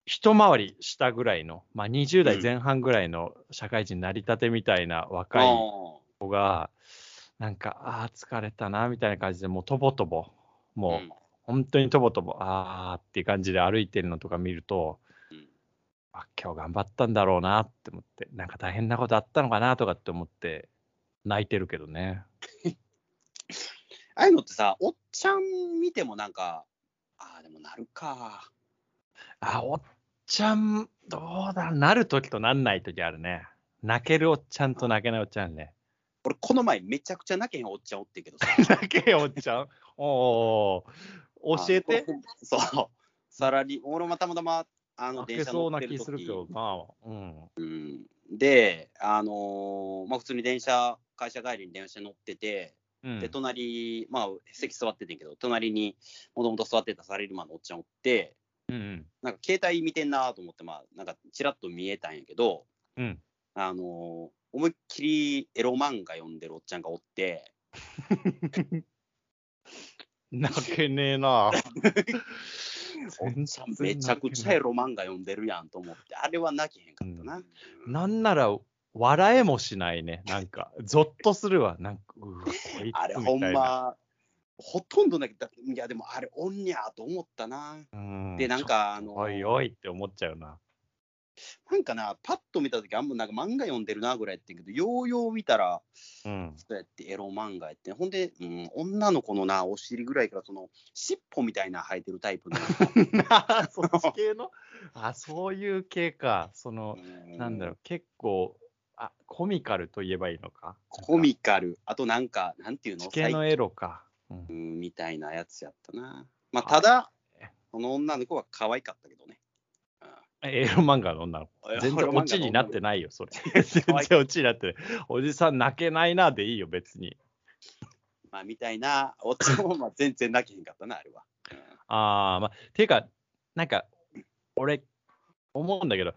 A: 一回り下ぐらいの、まあ、20代前半ぐらいの社会人なりたてみたいな
B: う。
A: 若い
B: あ
A: なんか、ああ、疲れたな、みたいな感じで、もうとぼとぼ、
B: あ。う
A: もうん本当にとぼとぼ、ああっていう感じで歩いてるのとか見ると、
B: うん
A: あ今日頑張ったんだろうなって思って、なんか大変なことあったのかなとかって思って、泣いてるけどね。
B: ああいうのってさ、おっちゃん見てもなんか、ああ、でもなるか。
A: あ、おっちゃん、どうだ、なるときとなんないときあるね。泣けるおっちゃんと泣けないおっちゃんね。
B: 俺、この前めちゃくちゃ泣けへんおっちゃんおってんけどさ。
A: 泣けよ、おっちゃん。おお、教えて
B: あ。の。そう。さらに、俺もたまたま、あの、
A: 泣
B: 電
A: け
B: 車
A: そ
B: 乗
A: う
B: っ
A: な
B: てる
A: 気する
B: 時
A: けど、まあ、うん。
B: で、あのーまあ、普通に電車、会社帰りに電車乗ってて、
A: うん
B: で、隣、まあ、席座っててんけど、隣にもともと座ってたサラリーマンのおっちゃんおって、
A: うん。
B: なんか携帯見てんなと思って、まあ、なんかちらっと見えたんやけど、
A: うん。
B: あのー思いっきりエロ漫画読んでるおっちゃんがおって、
A: 泣けねえ な。
B: おっちゃんめちゃくちゃエロ漫画読んでるやんと思って、あれは泣きへんかったな。
A: なんなら笑えもしないね。なんか、ゾッとするわ。なんか、うわ、こいつ
B: あれほ
A: み
B: ん
A: たいな。
B: ま、ほとんどなきだいやでもあれおんにゃーと思ったな。
A: うん
B: で、なん、か、あ
A: ちょ
B: の
A: おいおいって思っちゃうな。
B: なんかな、パッと見たとき、あんまなんか漫画読んでるなぐらいやってんけど、ようよう見たら、
A: うん。
B: そうやってエロ漫画やって、ほんで、うん、女の子のな、お尻ぐらいから、その、尻尾みたいな生えてるタイプの。
A: そっち系のあ、そういう系か。その、
B: う
A: なんだろう、結構、あ、コミカルと言えばいいのか。
B: コミカル、あとなんか、なんていうの
A: 地形のエロか。うん
B: 最近みたいなやつやったな。まあ、
A: は
B: た
A: い
B: だ、その女の子は可愛かったけどね。
A: エロ漫画の女の子。全然オチになって
B: い。
A: ないよ、それ。全然オチになってない。おじさん泣けないなでいいよ、別に。
B: まあ、みたいな、おっち もまあ全然泣きへんかったな、あれは。
A: ああ、まあ、ていうか、なんか、俺、思うんだけど、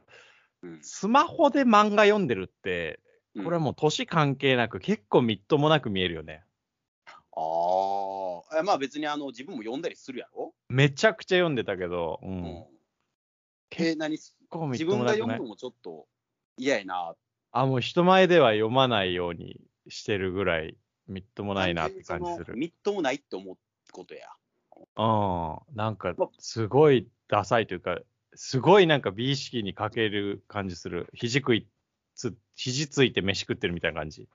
B: うん
A: スマホで漫画読んでるって、
B: うん
A: これはもう年関係なく、結構みっともなく見えるよね。
B: ああ、えまあ別にあの自分も読んだりするやろ。
A: めちゃくちゃ読んでたけど、う。
B: うんん
A: 結、
B: え何
A: 構みっ
B: 自
A: とも
B: 分
A: な
B: が
A: く
B: 読
A: な
B: む
A: い
B: の。もちょっと嫌やな。
A: あ、もう人前では読まないようにしてるぐらい、みっともないなって感じす
B: そ
A: る
B: の。みっともないって思うことや。
A: うん。なんか
B: ま、
A: すごいダサいというか、すごいなんか美意識に欠ける感じする。肘食いつ、肘ついて飯食ってるみたいな感じ。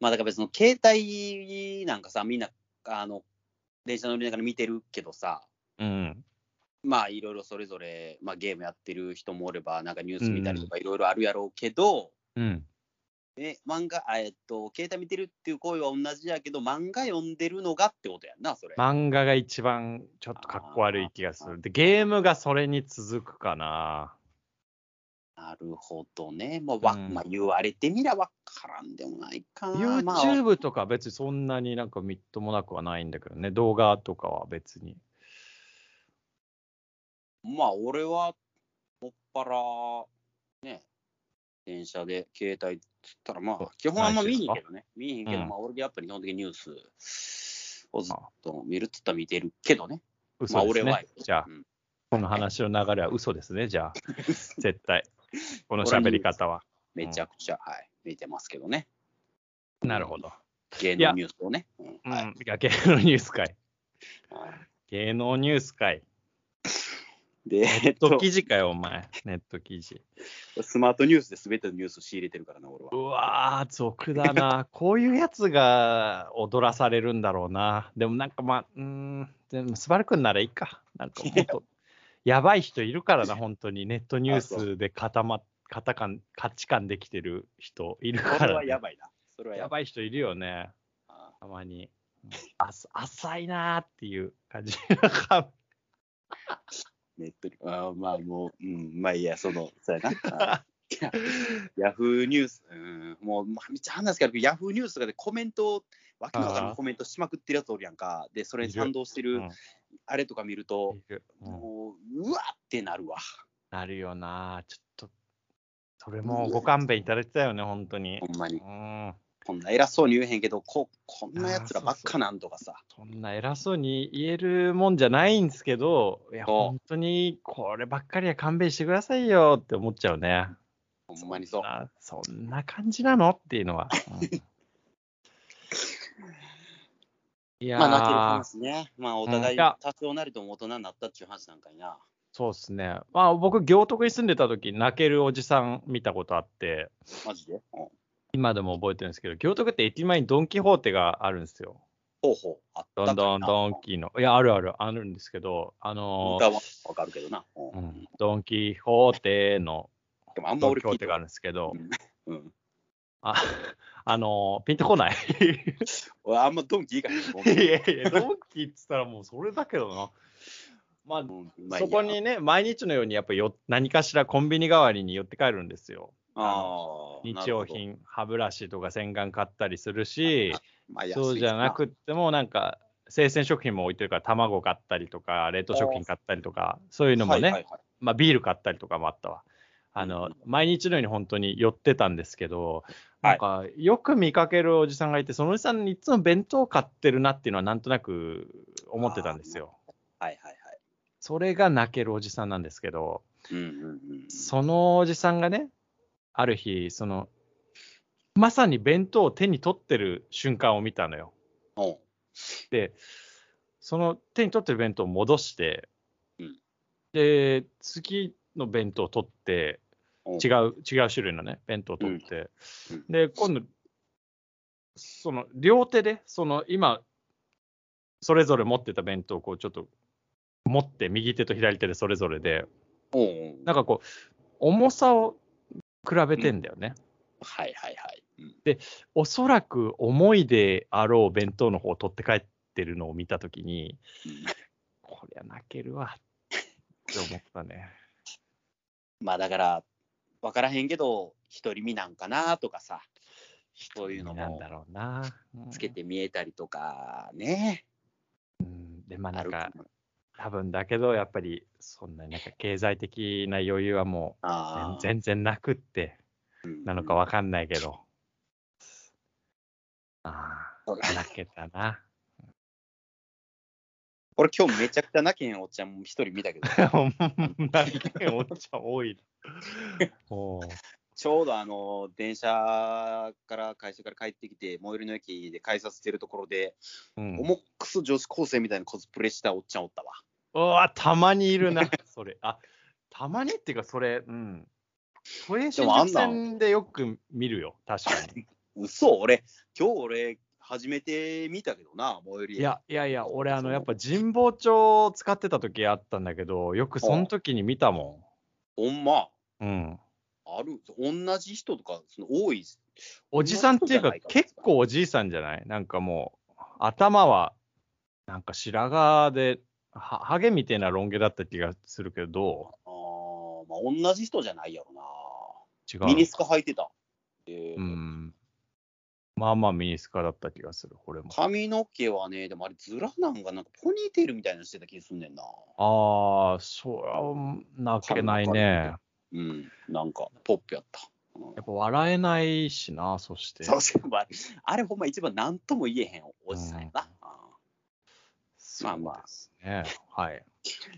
B: まあだから別にその携帯なんかさ、みんな、あの、電車乗りながら見てるけどさ、
A: うん。
B: まあいろいろそれぞれ、まあ、ゲームやってる人もおれば、なんかニュース見たりとかいろいろあるやろうけど、
A: うん。
B: え漫画あえっと、携帯見てるっていう行為は同じやけど、漫画読んでるのがってことやんな、それ。
A: 漫画が一番ちょっとかっこ悪い気がする。で、ゲームがそれに続くかな。
B: なるほどね。まあ、わ
A: うん
B: まあ、言われてみりゃわからんでもないかな。まあ
A: YouTube とか別にそんなになんかみっともなくはないんだけどね。動画とかは別に。
B: まあ、俺は、もっぱら、ね、電車で携帯っつったら、まあ
A: そう、
B: 基本あんま
A: ないけ
B: 見えへ
A: ど
B: んけどね。見えへんけど、
A: うん
B: まあ、俺やっぱり基本的にニュースをずっと見るっつったら見てるけどね。ま
A: 嘘
B: あ、
A: で
B: 俺
A: すね。
B: は。
A: じゃあ、
B: うん
A: この話の流れは嘘ですね。じ ゃあ、絶対。この喋り方は。
B: めちゃくちゃ、はい、見てますけどね。
A: なるほど。
B: 芸
A: いや
B: 能ニュースをね。うん
A: う
B: はい
A: ん。いや芸能ニュースかい。
B: はい
A: 芸能ニュースかい。
B: で、えっ
A: ネット
B: と、
A: 記事かよ、お 前。ネット記事。
B: スマートニュースで全てのニュースを仕入れてるからな、俺は
A: う。わー、俗だな。こういうやつが踊らされるんだろうな。でもなんかまあ、うーん、でもスバルくんならいいか。なんかもっと、やばい人いるからな、本当に。ネットニュースで固ま、固感、価値観できてる人いるか
B: それ
A: ら、
B: はや
A: ね。
B: ばいな。それは
A: や
B: やば
A: ば
B: い。
A: い人いるよね。
B: あ
A: たま に。あ浅いなーっていう感じ。なんか
B: ネットにあーまあもう、うん、まあいいや、その、そうやな。あー ヤフーニュース、うん、もう、まあ、めっちゃ話すから、ヤフーニュースとかでコメントを、わけのわから
A: あ
B: ん
A: ー
B: コメントしまくってるやつおるやんか、で、それに
A: いる
B: 賛同して
A: う
B: る
A: ん
B: あれとか見ると
A: い、るうん
B: もう、うわってなるわ。
A: なるよなー。ちょっと、それもご勘弁いただきたいよね、本当に。
B: ほんまに
A: う。ん。
B: こんな偉そうに言えへんけど、ここんなやつらばっかなんとかさ。
A: そんな偉そうに言えるもんじゃないんですけど、いや、
B: そう
A: 本当にこればっかりは勘弁してくださいよって思っちゃうね。
B: ほんまにそう。
A: あそんな感じなのっていうのは。うん いやー、
B: まあ、泣ける話ね。まあ、お
A: うん
B: 互
A: い
B: い
A: や
B: 多少なりとも大人になったっていう話なんかいな。
A: そうですね。まあ、僕、行徳に住んでた時泣けるおじさん見たことあって、
B: マジで、うん、ほ
A: 今でも覚えてるんですけど、行徳って駅前にドン・キホーテがあるんですよ。
B: うほう。あった
A: ど
B: かいなん
A: どんドンキの。いや、あるある、あるんですけど、あの
B: 歌
A: ー
B: はわかるけどな。うん
A: うん、ドン・キホーテの
B: でもあんま
A: ドン・
B: 俺
A: キホ
B: 聞
A: ー
B: いて
A: テがあるんですけど、
B: うん。
A: あ、 あのーピンとこ ない
B: 俺あんまドンキ以外にも
A: いやいや、 ドンキって言ったらもうそれだけどな。まあ、
B: うんまあいいや
A: そこにね、毎日のようにやっぱよ何かしらコンビニ代わりに寄って帰るんですよ。
B: あー
A: 日用。品、歯ブラシとか洗顔買ったりするし、
B: なるほどまあ
A: そうじゃなくってもなんか、生鮮食品も置いてるから、卵買ったりとか、冷凍食品買ったりとか、そうい
B: 安
A: うの
B: いしな
A: もね、
B: はいはいはい
A: まあ、ビール買ったりとかもあったわ。あ
B: う
A: の
B: ん
A: 毎日のように本当に寄ってたんですけど、
B: は
A: ないんかよく見かけるおじさんがいて、そのおじさんにいつも弁当買ってるなっていうのはなんとなく思ってたんですよ。
B: はいはい
A: それが泣けるおじさんなんですけど、
B: はい。うんうんうん。
A: そのおじさんがね、ある日、そのまさに弁当を手に取ってる瞬間を見たのよ。
B: お
A: で、その手に取ってる弁当を戻して、
B: うん
A: で、次、の弁当を取って、
B: うん
A: 違う、違う種類のね、弁当を取って
B: うんうん、
A: で、今度、その両手で、その今、それぞれ持ってた弁当をこうちょっと持って、右手と左手でそれぞれで、
B: おう
A: なんかこう、重さを比べてんだよね。
B: はいはいはい。うん
A: おそらく重いであろう弁当の方を取って帰ってるのを見たときに、こりゃ泣けるわって思ったね。
B: まあだから、分からへんけど、独り身なんかなとかさ、そういうの
A: なん
B: も
A: だろうな。
B: つけて見えたりとかね。
A: うんで、まあなん
B: あ
A: か
B: る、も
A: 多分だけど、やっぱり、そんなになんか経済的な余裕はもう
B: あー
A: 全然なくってなのかわかんないけど。あ
B: そう
A: あ、泣けた な。
B: 俺今日めちゃくちゃ泣けへんおっちゃん一人見たけど、
A: ほんま泣けんおっちゃん多いな。 おう
B: ちょうどあの、電車から会社から帰ってきて、最寄りの駅で改札してるところで、
A: うん
B: オモックス女子高生みたいなコスプレしたおっちゃんおったわ。
A: うわ、たまにいるな、それ。あ、たまにっていうか、それ、うん。都営新
B: でもあ
A: 宿
B: んな
A: 線でよく見るよ、確かに。
B: 嘘俺、今日俺、初めて見たけどな、最寄り駅
A: いや、いやいや、俺、あ
B: そ
A: の、
B: の
A: やっぱ神保町を使ってた時あったんだけど、よくその時に見たも
B: ほんま、
A: ん。うん。
B: ある、同じ人とか、その多い、
A: おじさんっていうか
B: そんなことじゃないか、
A: 結構おじいさんじゃないなんかもう、頭は、なんか白髪で、はハゲみたいなロン毛だった気がするけど、
B: あーまあ、同じ人じゃないやろ
A: 違
B: な。ミニ
A: う。
B: スカ履いてた。えー
A: うん。まあまあミニスカだった気がする、俺も。
B: 髪の毛はね、でもあれ、ズラなんか、なんかポニーテールみたいなのしてた気がすんねんな。
A: ああ、そう、泣けないね。や
B: うん、なんか、ポップやった。うん
A: っぱ笑えないしな、そして。
B: そうそうまああれほんま一番何とも言えへんおじさんやな、まあまあ
A: あ。ね、はい。
B: うん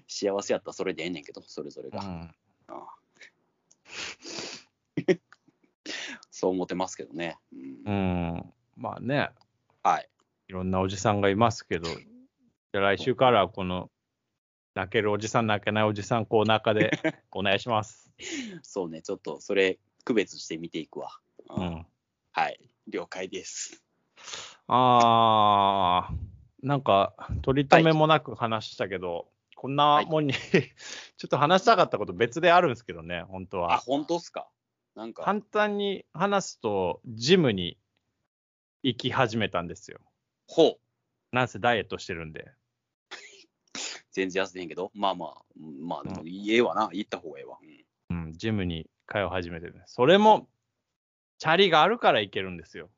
B: 幸せやったらそれでええねんけどそれぞれ
A: う
B: が、
A: ん。
B: そう思ってますけどね、うん
A: うん。まあね、
B: はい
A: いろんなおじさんがいますけど、じゃあ来週からはこの、泣けるおじさん、泣けないおじさん、こう中 でお願いします。
B: そうねちょっとそれ区別して見ていくわ、う
A: うんん。
B: はい了解です
A: ああ、なんか、取り留めもなく話したけど、こんなもんに、 ちょっと話したかったこと別であるんですけどね、本当は。
B: あ本当っすかなんか
A: 簡単に話すと、ジムに行き始めたんですよ。
B: ほう
A: なんせダイエットしてるんで。
B: 全然痩せてへんけどまあまあうんまあでもええわな行った方がええわ、うん
A: うん、ジムに通い始めてる。それも、チャリがあるから行けるんですよ。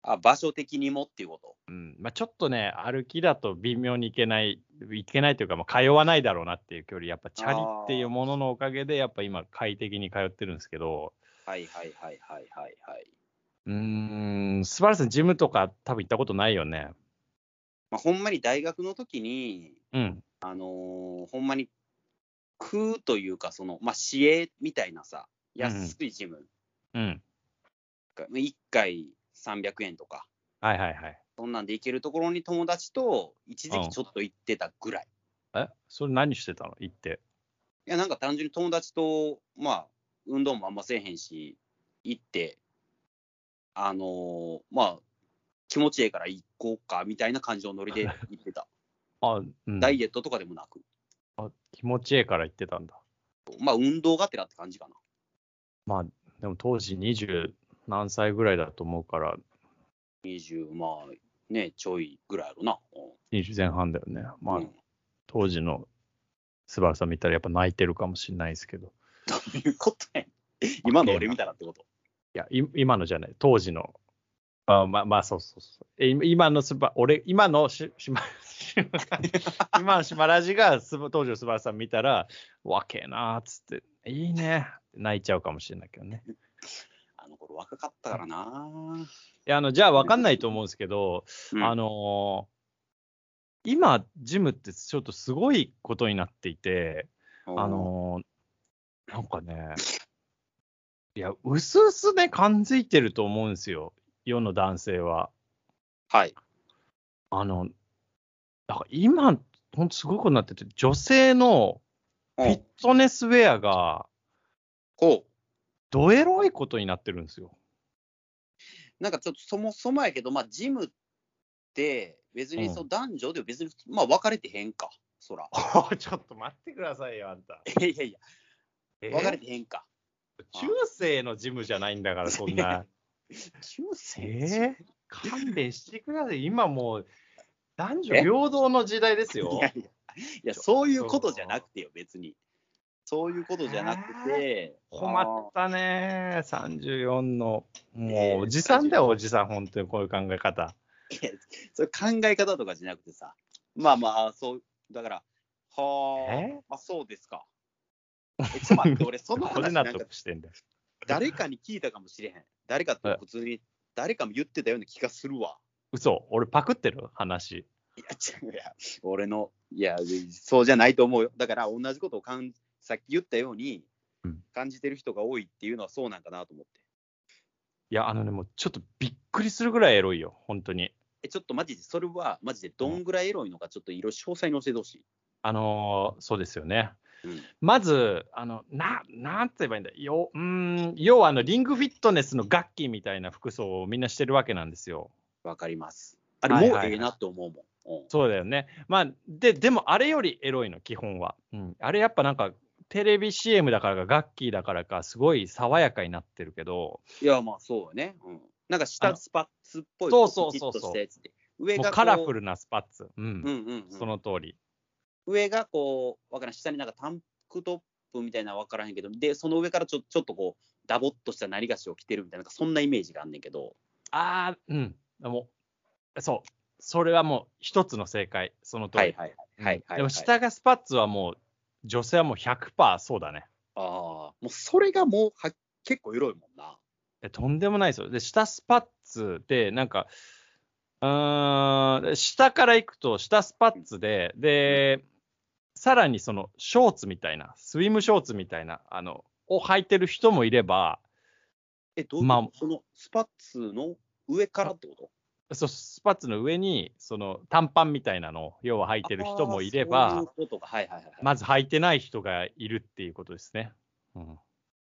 B: あ場所的にもっていうこと
A: うんまあ、ちょっとね、歩きだと微妙に行けない、行けないというか、まあ、通わないだろうなっていう距離、やっぱチャリっていうもののおかげで、やっぱ今、快適に通ってるんですけど、
B: はいはいはいはいはいはい、
A: うーん、素晴らしい、ジムとか多分行ったことないよね。
B: まあ、ほんまに大学の時に
A: うん、
B: あのーほんまに空というか、その、まあ、市営みたいなさ、安いジム
A: うん、
B: が、1回300円とか、
A: はいはいはい。
B: そんなんで行けるところに友達と一時
A: うん
B: 期ちょっと行ってたぐらい。
A: え、それ何してたの行って。
B: いや、なんか単純に友達と、まあ、運動もあんませえへんし、行って、あのーまあ、気持ちええから行こうかみたいな感じのノリで行ってた。
A: あ、うん、
B: ダイエットとかでもなく、
A: あ気持ちええから言ってたんだ。
B: まあ、運動がてらって感じかな。
A: まあ、でも当時20何歳ぐらいだと思うから、
B: 20、まあ、ね、ちょいぐらいやろな。うん
A: 20前半だよね。まあ
B: う、ん
A: 当時の素晴らしさ見たらやっぱ泣いてるかもしれないですけど。
B: どういうことやねん今の俺みたいなってこと。
A: いや、い今のじゃない、当時の。あまあ、まあ、そうそうそう。え今今のすば、俺、今のし、しま、しま今の島ラジがすば当時の素晴らしさ見たら、わけえなーっつって、いいねって泣いちゃうかもしれないけどね。
B: あの頃若かったからな。
A: いや、あの、じゃあ分かんないと思うんですけど、
B: うん
A: あのー今、ジムってちょっとすごいことになっていて、あ、のーなんかね、いや、うすうすね、感づいてると思うんですよ、世の男性は。
B: はい。
A: あの、だから今、ほんとすごいことになってて、女性のフィットネスウェアが、
B: こ
A: どえろいことになってるんですよ。
B: う、なんかちょっとそもそもやけど、まあ、ジムって、別に
A: うん
B: その男女で別に、まあ、分かれてへんか、そら。
A: ちょっと待ってくださいよ、あんた。
B: いやいやいや、分かれてへんか。
A: 中世のジムじゃ ないんだから、そんな。
B: 中世
A: えー、勘弁してください。今もう、男女平等の時代ですよ
B: い。やいや、いやそういうことじゃなくてよ、別に。そういうことじゃなくて、
A: 困
B: あ
A: ったね。34の。
B: え
A: も
B: ー
A: う、おじさんだよ、おじさん。本当にこういう考え方。
B: ーそれ考え方とかじゃなくてさ、まあまあ、そう、だから、は
A: え
B: あ、あ、そうですか。えちょっと待 って、俺、そ
A: ど
B: の
A: こ
B: 話
A: で
B: な
A: 納
B: んか
A: 得してんだよ。
B: 誰かに聞いたかもしれへん。誰かと普通に、誰かも言ってたような気がするわ。
A: 嘘俺パクってる話。
B: いや、違ういや俺の、いや、そうじゃないと思うよ。だから、同じことをかんさっき言ったように
A: うん、
B: 感じてる人が多いっていうのはそうなんかなと思って。
A: いや、あのね、もうちょっとびっくりするぐらいエロいよ、本当に。
B: え、ちょっとマジで、それはマジでどんぐらいエロいのか、ちょっといろいろ詳細に教えてほしい。
A: あのーそうですよね。
B: うん
A: まず、あの、な、なんて言えばいいんだ。よ、うーん、要はあの、リングフィットネスの楽器みたいな服装をみんなしてるわけなんですよ。
B: わ、かります。あれ、も
A: は
B: う
A: いはいはい
B: ええなと思うもん。うん
A: そうだよね。まあ、で、でもあれよりエロいの、基本は。うん。あれやっぱなんか、テレビ CM だからか、ガッキーだからか、すごい爽やかになってるけど、
B: いや、まあ、そうよね。うん、なんか、
A: あ
B: 下
A: の
B: スパッツっぽい、
A: そうそうそうそう
B: ピチッとしたやつで。上
A: も
B: が
A: う
B: こう
A: カラフルなスパッツ。うん。
B: うんうんうん、
A: その通り。
B: 上がこう、わからん、下になんかタンクトップみたいなのわからへんけど、で、その上からちょちょっとこう、ダボっとしたなりがしを着てるみたいな、なんかそんなイメージがあんねんけど、
A: ああ、うん。もう、そう。それはもう一つの正解。その通り。
B: はいはいはい。はいはい
A: でも下がスパッツはもう、女性はもう100%そうだね。
B: ああ、もうそれがもうは結構エロいもんな。
A: えとんでもないですよ。で、下スパッツで、なんか、うーん、下から行くと、下スパッツで、で、さらにそのショーツみたいな、スイムショーツみたいな、あの、を履いてる人もいれば、
B: え、どういうこと、
A: まあ
B: そのスパッツの上からってこと
A: そうスパッツの上に、その短パンみたいなのを、要は履いてる人もいれ
B: あーそうい
A: ば
B: う、ことか、はいはいはいはい。
A: まず履いてない人がいるっていうことですね。うん、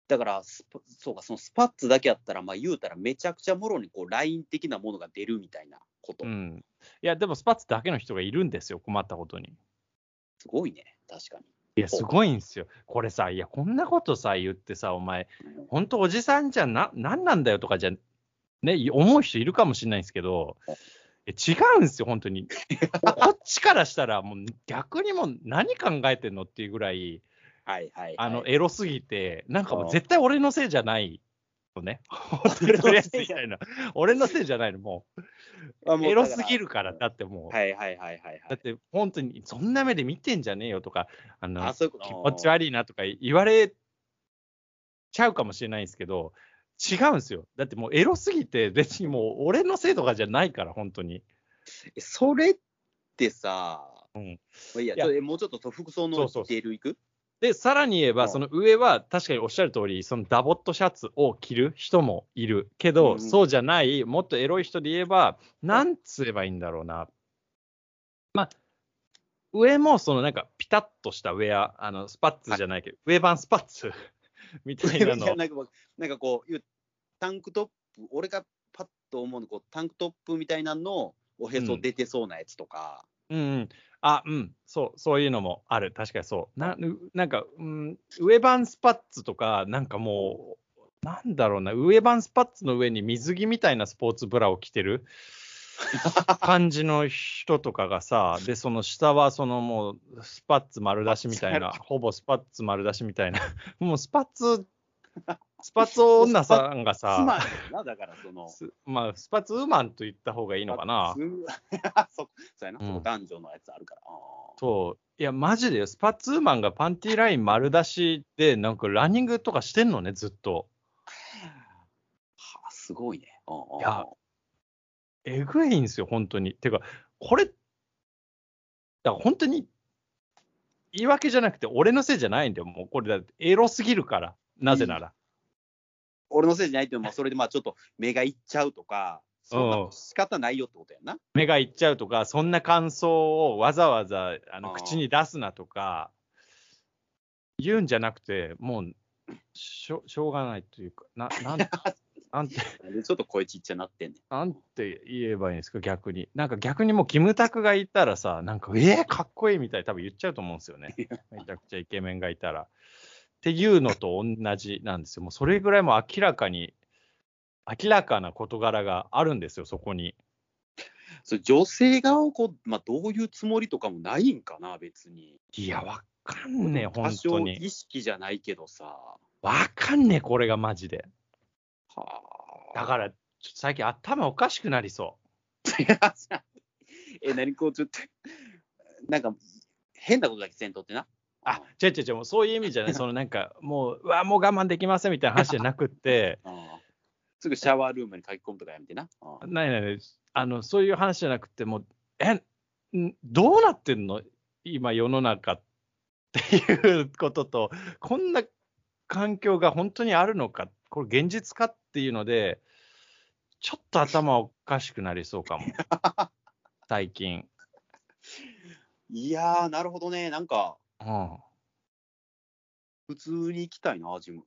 B: だからスパ、そうか、そのスパッツだけやったら、まあ言うたらめちゃくちゃもろにこう、ライン的なものが出るみたいなこと。
A: うん、いや、でもスパッツだけの人がいるんですよ、困ったことに。
B: すごいね、確かに。
A: いや、すごいんですよ。これさ、いや、こんなことさ、言ってさ、お前、本当おじさんじゃな、なんなんだよとかじゃ、ね、思う人いるかもしれないんですけど、え違うんですよ、本当に。 こっちからしたら、もう逆にもう何考えてんのっていうぐらい、
B: はいはい、はい。
A: あの、エロすぎて、なんかもう絶対俺のせいじゃないの ね。本当にとりあえずみたいな。俺のせいじゃないの、も
B: あ
A: う。
B: もう
A: エロすぎ
B: だ
A: るから、だってもう。
B: からはいはいはいはい、はい。
A: だって本当にそんな目で見てんじゃねえよとか、あの
B: あ、そういうこと
A: 気持ち悪いなとか言われちゃうかもしれないんですけど、違うんですよ。だってもうエロすぎて、別にもう俺のせいとかじゃないから、本当に。
B: えそれってさ、
A: うん
B: まあいいや
A: いや
B: ちょえもうちょっと服装
A: そ
B: の
A: うそう
B: ディテールいく
A: で、さらに言え
B: うん
A: ば、その上は確かにおっしゃる通り、そのダボットシャツを着る人もいるけ
B: う
A: ど、
B: ん
A: そうじゃない、もっとエロい人で言えば、なんつえばいいんだろうな。まあ、上もそのなんかピタッとしたウェア、あのスパッツじゃないけど、上版スパッツ みたい
B: い
A: な
B: や な
A: の
B: んかなんかこういうタンクトップ俺がパッと思うのこうタンクトップみたいなのをおへそ出てそうなやつとか、
A: うんうん。あ、うん。そう、そういうのもある。確かにそう。な、うなんか、うん、上版スパッツとか、なんかもう、なんだろうな、上版スパッツの上に水着みたいなスポーツブラを着てる感じの人とかがさ、で、その下は、そのもう、スパッツ丸出しみたいな、ほぼスパッツ丸出しみたいな、 もうスパッツ、スパッツ女さんが
B: つま
A: さ、
B: りなだからその
A: すまあ、スパッツウーマンと言った方がいいのかな。
B: つそ そうやな、
A: うん
B: そこ男女のやつあるからあー
A: そう。いや、マジでよスパッツーマンがパンティーライン丸出しで、なんかランニングとかしてんのね、ずっと。
B: はあすごいねうんうんうん
A: いやえぐいんですよ、本当に。てか、これ、だから本当に、言い訳じゃなくて、俺のせいじゃないんだよ。もうこれだって、エロすぎるから。なぜなら。
B: 俺のせいじゃないっていうのもそれでまあちょっと目がいっちゃうとかそんな
A: うん
B: 仕方ないよってことやんな
A: 目がいっちゃうとか、そんな感想をわざわざあの
B: あー
A: 口に出すなとか、言うんじゃなくて、もう、しょしょうがないというか、ななんなんて
B: なんでちょっと声ちっちゃなってんねん。
A: なんて言えばいいんですか、逆に。なんか逆にもう、キムタクがいたらさ、なんか、えー、かっこいいみたいに多分言っちゃうと思うんですよね。めちゃくちゃイケメンがいたら。っていうのと同じなんですよ。もうそれぐらいもう明らかに、明らかな事柄があるんですよ、そこに。
B: それ女性側をこう、まあ、どういうつもりとかもないんかな、別に。
A: いや、わかんねえ、
B: 多
A: 本当
B: 少
A: に。
B: 意識じゃないけどさ。
A: わかんねえ、これがマジで。
B: はあ。
A: だから、ちょっと最近頭おかしくなりそ
B: え、何こう、ちょっと、なんか、変なことだけせんとってな。
A: う。あ、違う違う違う、もうそういう意味じゃない、そのなんか、もう、うわ、もう我慢できませんみたいな話じゃなくて、
B: あすぐシャワールームに書き込むとかやめてな。あ
A: ないないない、あの、そういう話じゃなくて、もう、え、んどうなってんの今、世の中っていうことと、こんな環境が本当にあるのか、これ現実かっていうので、ちょっと頭おかしくなりそう かも。最近。
B: いやー、なるほどね。なんか、
A: うん。
B: 普通に行きたいな、ジム。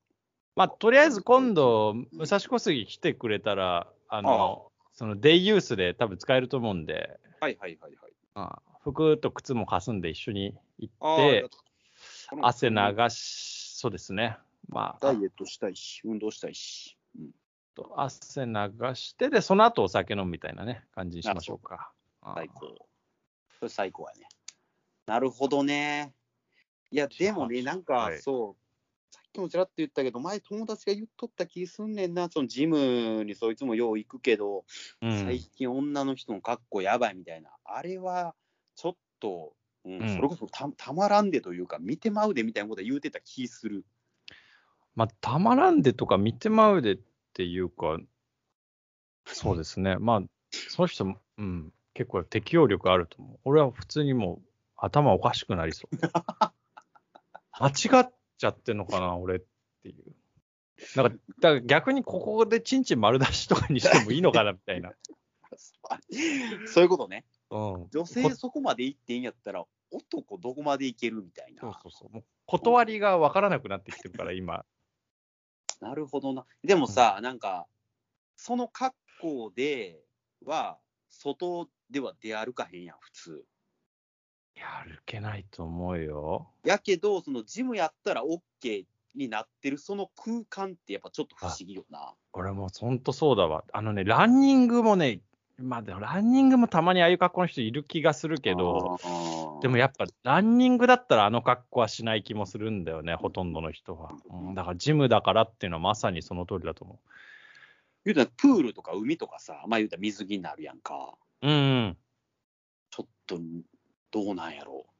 A: まあ、とりあえず今度、武蔵小杉来てくれたら、あの、そのデイユースで多分使えると思うんで、
B: はいはいはいはい。
A: あ服と靴も貸すんで一緒に行
B: あ
A: って、
B: ー
A: 汗流し、そうですね。まあ
B: ダイエ、ットしたいし、運動したいし。うん、
A: 汗流して、で、その後お酒飲むみたいなね、感じにしましょうか。あ
B: 最高。それ最高やね。なるほどね。いや、でもね、なんか
A: はい、
B: そう、さっきもちらっと言ったけど、前友達が言っとった気すんねんな、そのジムにそいつもよう行くけど、
A: うん
B: 最近女の人の格好やばいみたいな、あれはちょっと、うん
A: うん
B: それこそたたまらんでというか、見てまうでみたいなこと言うてた気する。
A: まあ、たまらんでとか見てまうでっていうか、そうですね。まあ、その人も、うん、結構適応力あると思う。俺は普通にもう頭おかしくなり そう。間違っちゃってんのかな、俺っていう。なんか、だから逆にここでチンチン丸出しとかにしてもいいのかな、みたいな。
B: そういうことね。
A: うん。
B: 女性そこまで行っていいんやったら、男どこまで行けるみたいな。
A: そうそうそう。もう断りがわからなくなってきてるから、今。
B: なるほどな。でもさ、なんか、その格好では、外では出歩かへんやん、普通。
A: いや、歩けないと思うよ。
B: やけど、そのジムやったら OK になってる、その空間ってやっぱちょっと不思議よな。
A: 俺もほんとそうだわ。あのね、ランニングもね、まあでもランニングもたまにああいう格好の人いる気がするけど、
B: あー、
A: でもやっぱランニングだったらあの格好はしない気もするんだよね、ほとんどの人は。うん、だからジムだからっていうのはまさにその通りだと思
B: 言うたらプールとか海とかさ、まあ言うたら水着になるやんか。
A: う。うん。
B: ちょっと、どうなんやろう。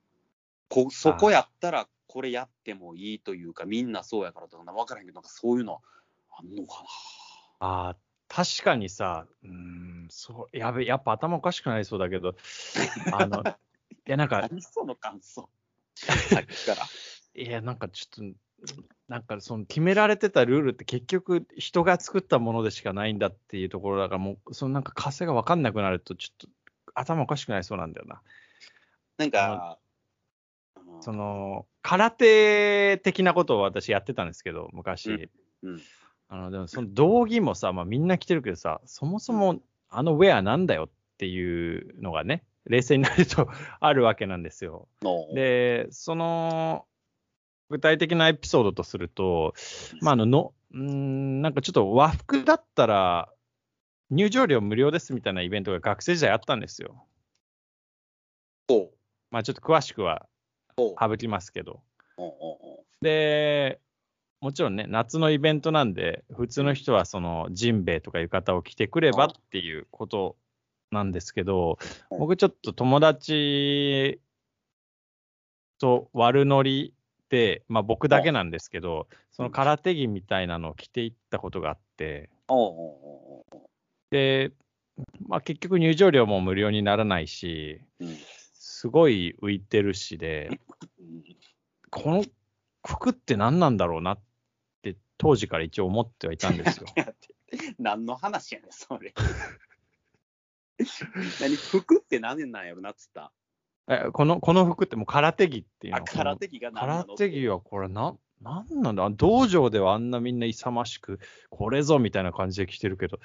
B: こそこやったら、これやってもいいというか、みんなそうやからとか、分からへんけど、なんかそういうのあんのかな。
A: ああ、確かにさ、うん、そう、やべ、やっぱ頭おかしくなりそうだけど、あ の、いやなんか、
B: 何その感想。さっきから。
A: いや、なんかちょっと、なんかその決められてたルールって結局人が作ったものでしかないんだっていうところだから、もうそのなんか枷が分かんなくなると、ちょっと頭おかしくなりそうなんだよな。
B: なんか、うん
A: そ、の、空手的なことを私やってたんですけど、昔。
B: うんうん
A: あのでもその道着もさ、まあ、みんな着てるけどさ、そもそもあのウェアなんだよっていうのがね、冷静になると あるわけなんですよ。
B: の
A: で、その具体的なエピソードとすると、まあ、あののうーん、なんかちょっと和服だったら入場料無料ですみたいなイベントが学生時代あったんですよ。
B: こう
A: まあ、ちょっと詳しくは
B: こう
A: 省きますけど。
B: おうおうおう
A: で、もちろんね、夏のイベントなんで、普通の人はそのジンベエとか浴衣を着てくればっていうことなんですけど、
B: うん
A: 僕ちょっと友達と悪ノリで、まあ僕だけなんですけど、その空手着みたいなのを着ていったことがあって、
B: おうおうおうおう
A: で、まあ結局入場料も無料にならないし、
B: うん
A: すごい浮いてるしで、
B: うん
A: この服って何なんだろうなって当時から一応思ってはいたんです よ。
B: 何の話やねん、それ。何、服って何なんやろなっつった。
A: え、この、この服ってもう空手着っていう
B: あ、
A: の
B: 空手着が何な
A: 空
B: の
A: 手着はこれなん、なんなんだ道場ではあんなみんな勇ましく、これぞみたいな感じで着てるけど、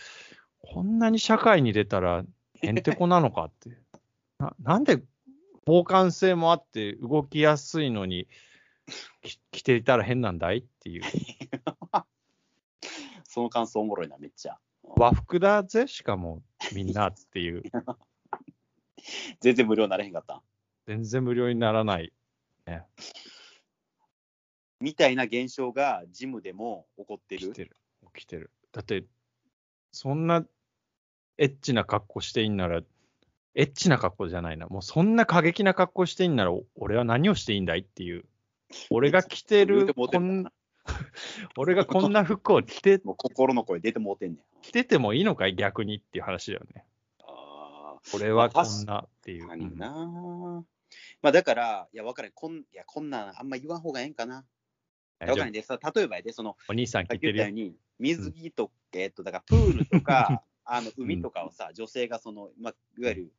A: こんなに社会に出たらへんてこなのかって。 ななんで防寒性もあって動きやすいのにき着ていたら変なんだいっていう。
B: その感想おもろいな、めっちゃ。
A: 和服だぜ、しかもみんなっていう。
B: 全然無料になれへんかった。
A: 全然無料にならない。
B: みたいな現象がジムでも起こって
A: 起
B: る
A: き。てる。起きてる。だって、そんなエッチな格好していいんなら、エッチな格好じゃないな。もうそんな過激な格好していいんなら、お俺は何をしていいんだいっていう。俺が着て
B: 言う
A: る、
B: てもうて
A: こ
B: る
A: ん 俺がこんな服を着て
B: もう心の声出てもうてんねん。
A: 着ててもいいのかい逆にっていう話だよね。
B: ああ、
A: 俺はこんなっていう。
B: 何な、まあだから、いや、わからん。こん、いや、こんなんあんま言わん方がええんか
A: う
B: な。
A: ん
B: わからん
A: じゃあ
B: でさ、例えばやで、その、
A: お兄さん
B: さ
A: 聞
B: っ
A: い
B: き言
A: て
B: っ
A: る
B: たよ
A: よ
B: う。に、水着と、えっと、だからプールと か、あの、海とかをさ、女性がその、まあ、いわゆる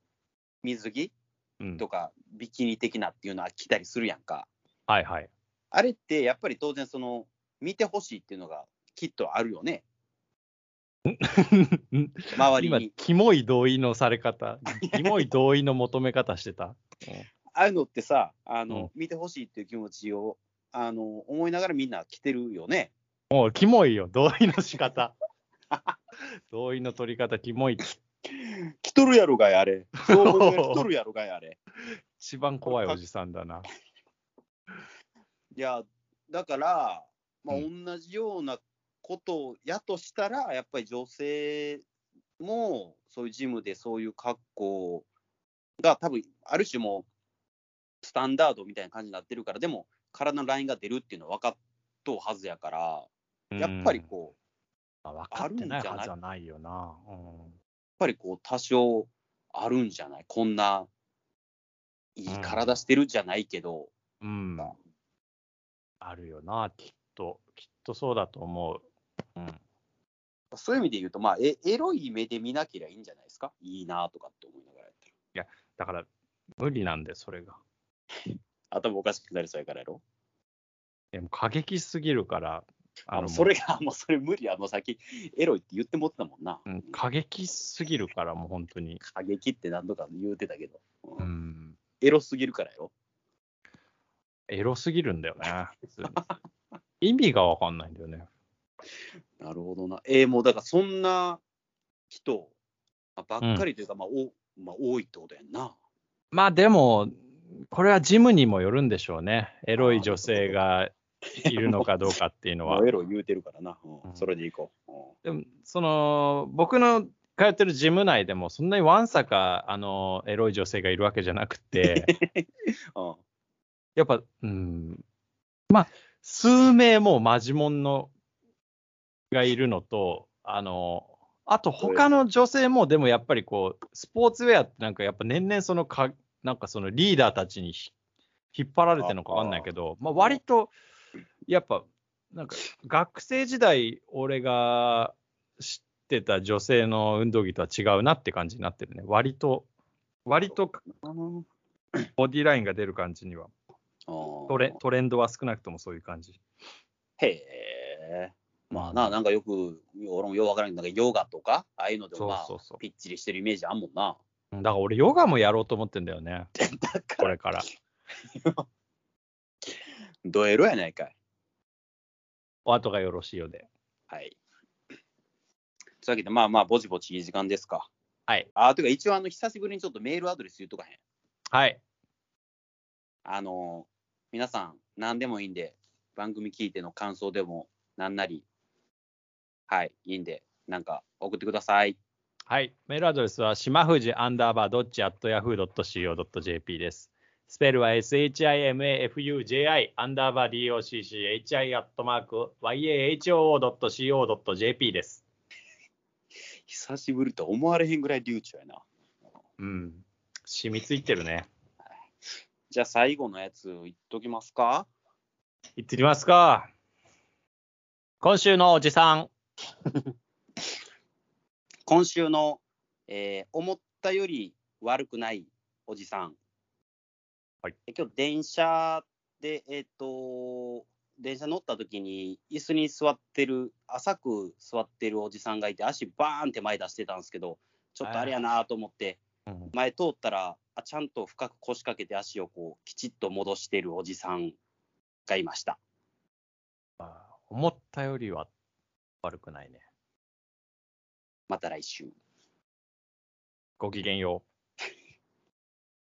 B: 水着
A: うん
B: とか、ビキニ的なっていうのは着たりするやんか。
A: はい はい。
B: あれって、やっぱり当然、その、見てほしいっていうのが、きっとあるよね。
A: うん
B: 周り
A: 今
B: に。、
A: キモい同意のされ方、キモい同意の求め方してた。
B: ああいうのってさ、あの、見てほしいっていう気持ちを、あの、思いながらみんな着てるよね。
A: もうキモいよ、同意の仕方。 同意の取り方、キモい。
B: 着とるやろがや、あ れ。そう思いながら着とるやろがや、あれ。
A: 一番怖いおじさんだな。
B: いや、だから、まあ、
A: う
B: 同じようなことやとしたら、やっぱり女性も、そういうジムでそういう格好が、多分ある種もう、スタンダードみたいな感じになってるから、でも、体のラインが出るっていうのは分かっとうはずやから、 やっぱりこう、
A: うん、まあ分かってない
B: あるんじゃない
A: はずはないよな。
B: やっぱりこう多少あるんじゃないこんないい体してるじゃないけど、
A: うん。うんあるよな、きっと。きっとそうだと思う。うん、
B: そういう意味で言うと、まあ、えエロい目で見なけりゃいいんじゃないですかいいなとかって思いながらやってる。
A: だから、無理なんで、それが。
B: 頭おかしくなりそうやからやろ
A: でも過激すぎるから、
B: あの
A: もう
B: それが、 もうそれ無理や。もう先、エロいって言ってもってたもんな。
A: うん、過激すぎるから、もう本当に。
B: 過激って何度か言うてたけど、う
A: うんん
B: エロすぎるからやろ
A: エロすぎるんだよね。普 通に意味がわかんないんだよね。
B: なるほどな。えーもうだからそんな人まあばっかりというか、まあおまあ、多いってことやんな。
A: まあでも、これはジムにもよるんでしょうね。エロい女性がいるのかどうかっていうの
B: ま
A: は
B: あ、。エロ言うてるからな。うん
A: うん
B: それでいこう。うん
A: でもその僕の通ってるジム内でも、そんなにわんさかあのエロい女性がいるわけじゃなくて、
B: うん
A: やっぱ、うん、まあ、数名もうマジモンのがいるのと、あの、あと他の女性も、でもやっぱりこう、スポーツウェアってなんかやっぱ年々そのか、なんかそのリーダーたちにひ引っ張られてるのかわかんないけど、まあ割と、やっぱ、なんか学生時代、俺が知ってた女性の運動着とは違うなって感じになってるね。割と、割とボディラインが出る感じには。ト
B: そ
A: レトレンドは少なくともそういう感じ。
B: へえ。まあな、なんかよく、俺もようわからんけど、なんかヨガとか、ああいうのでもまあ、
A: そうそうそう
B: ぴっちりしてるイメージあんもんな。
A: だから俺、ヨガもやろうと思ってんだよね、
B: だか
A: こ
B: ら、
A: れから。
B: ドエロやないかい。
A: お後がよろしいようで。
B: はい。そういうわけで、まあまあ、ぼちぼちいい時間ですか。
A: はい。
B: あ、というか、一応、あの、久しぶりにちょっとメールアドレス言うとかへん。
A: はい。
B: あの、皆さん、何でもいいんで、番組聞いての感想でも、なんなり、はい、いいんで、なんか送ってください。
A: はい。メールアドレスは、しまふじアンダーバードッチアットヤフー .co.jp です。スペルは shimafuji アンダーバー docchi アットマーク yahoo.co.jp です。
B: 久しぶりと思われへんぐらい流暢やな。
A: うん。染みついてるね。
B: じゃあ最後のやつ言っときますか
A: いってみますか。今週のおじさん。
B: 今週の、えー思ったより悪くないおじさん
A: はい
B: で今日電車で、えっ、と、電車乗った時に、椅子に座ってる、浅く座ってるおじさんがいて、足バーンって前出してたんですけど、ちょっとあれやなと思って、
A: うん
B: 前通ったらあ、ちゃんと深く腰掛けて足をこうきちっと戻してるおじさんがいました。
A: 思ったよりは悪くないね。
B: また来週。
A: ごきげんよう。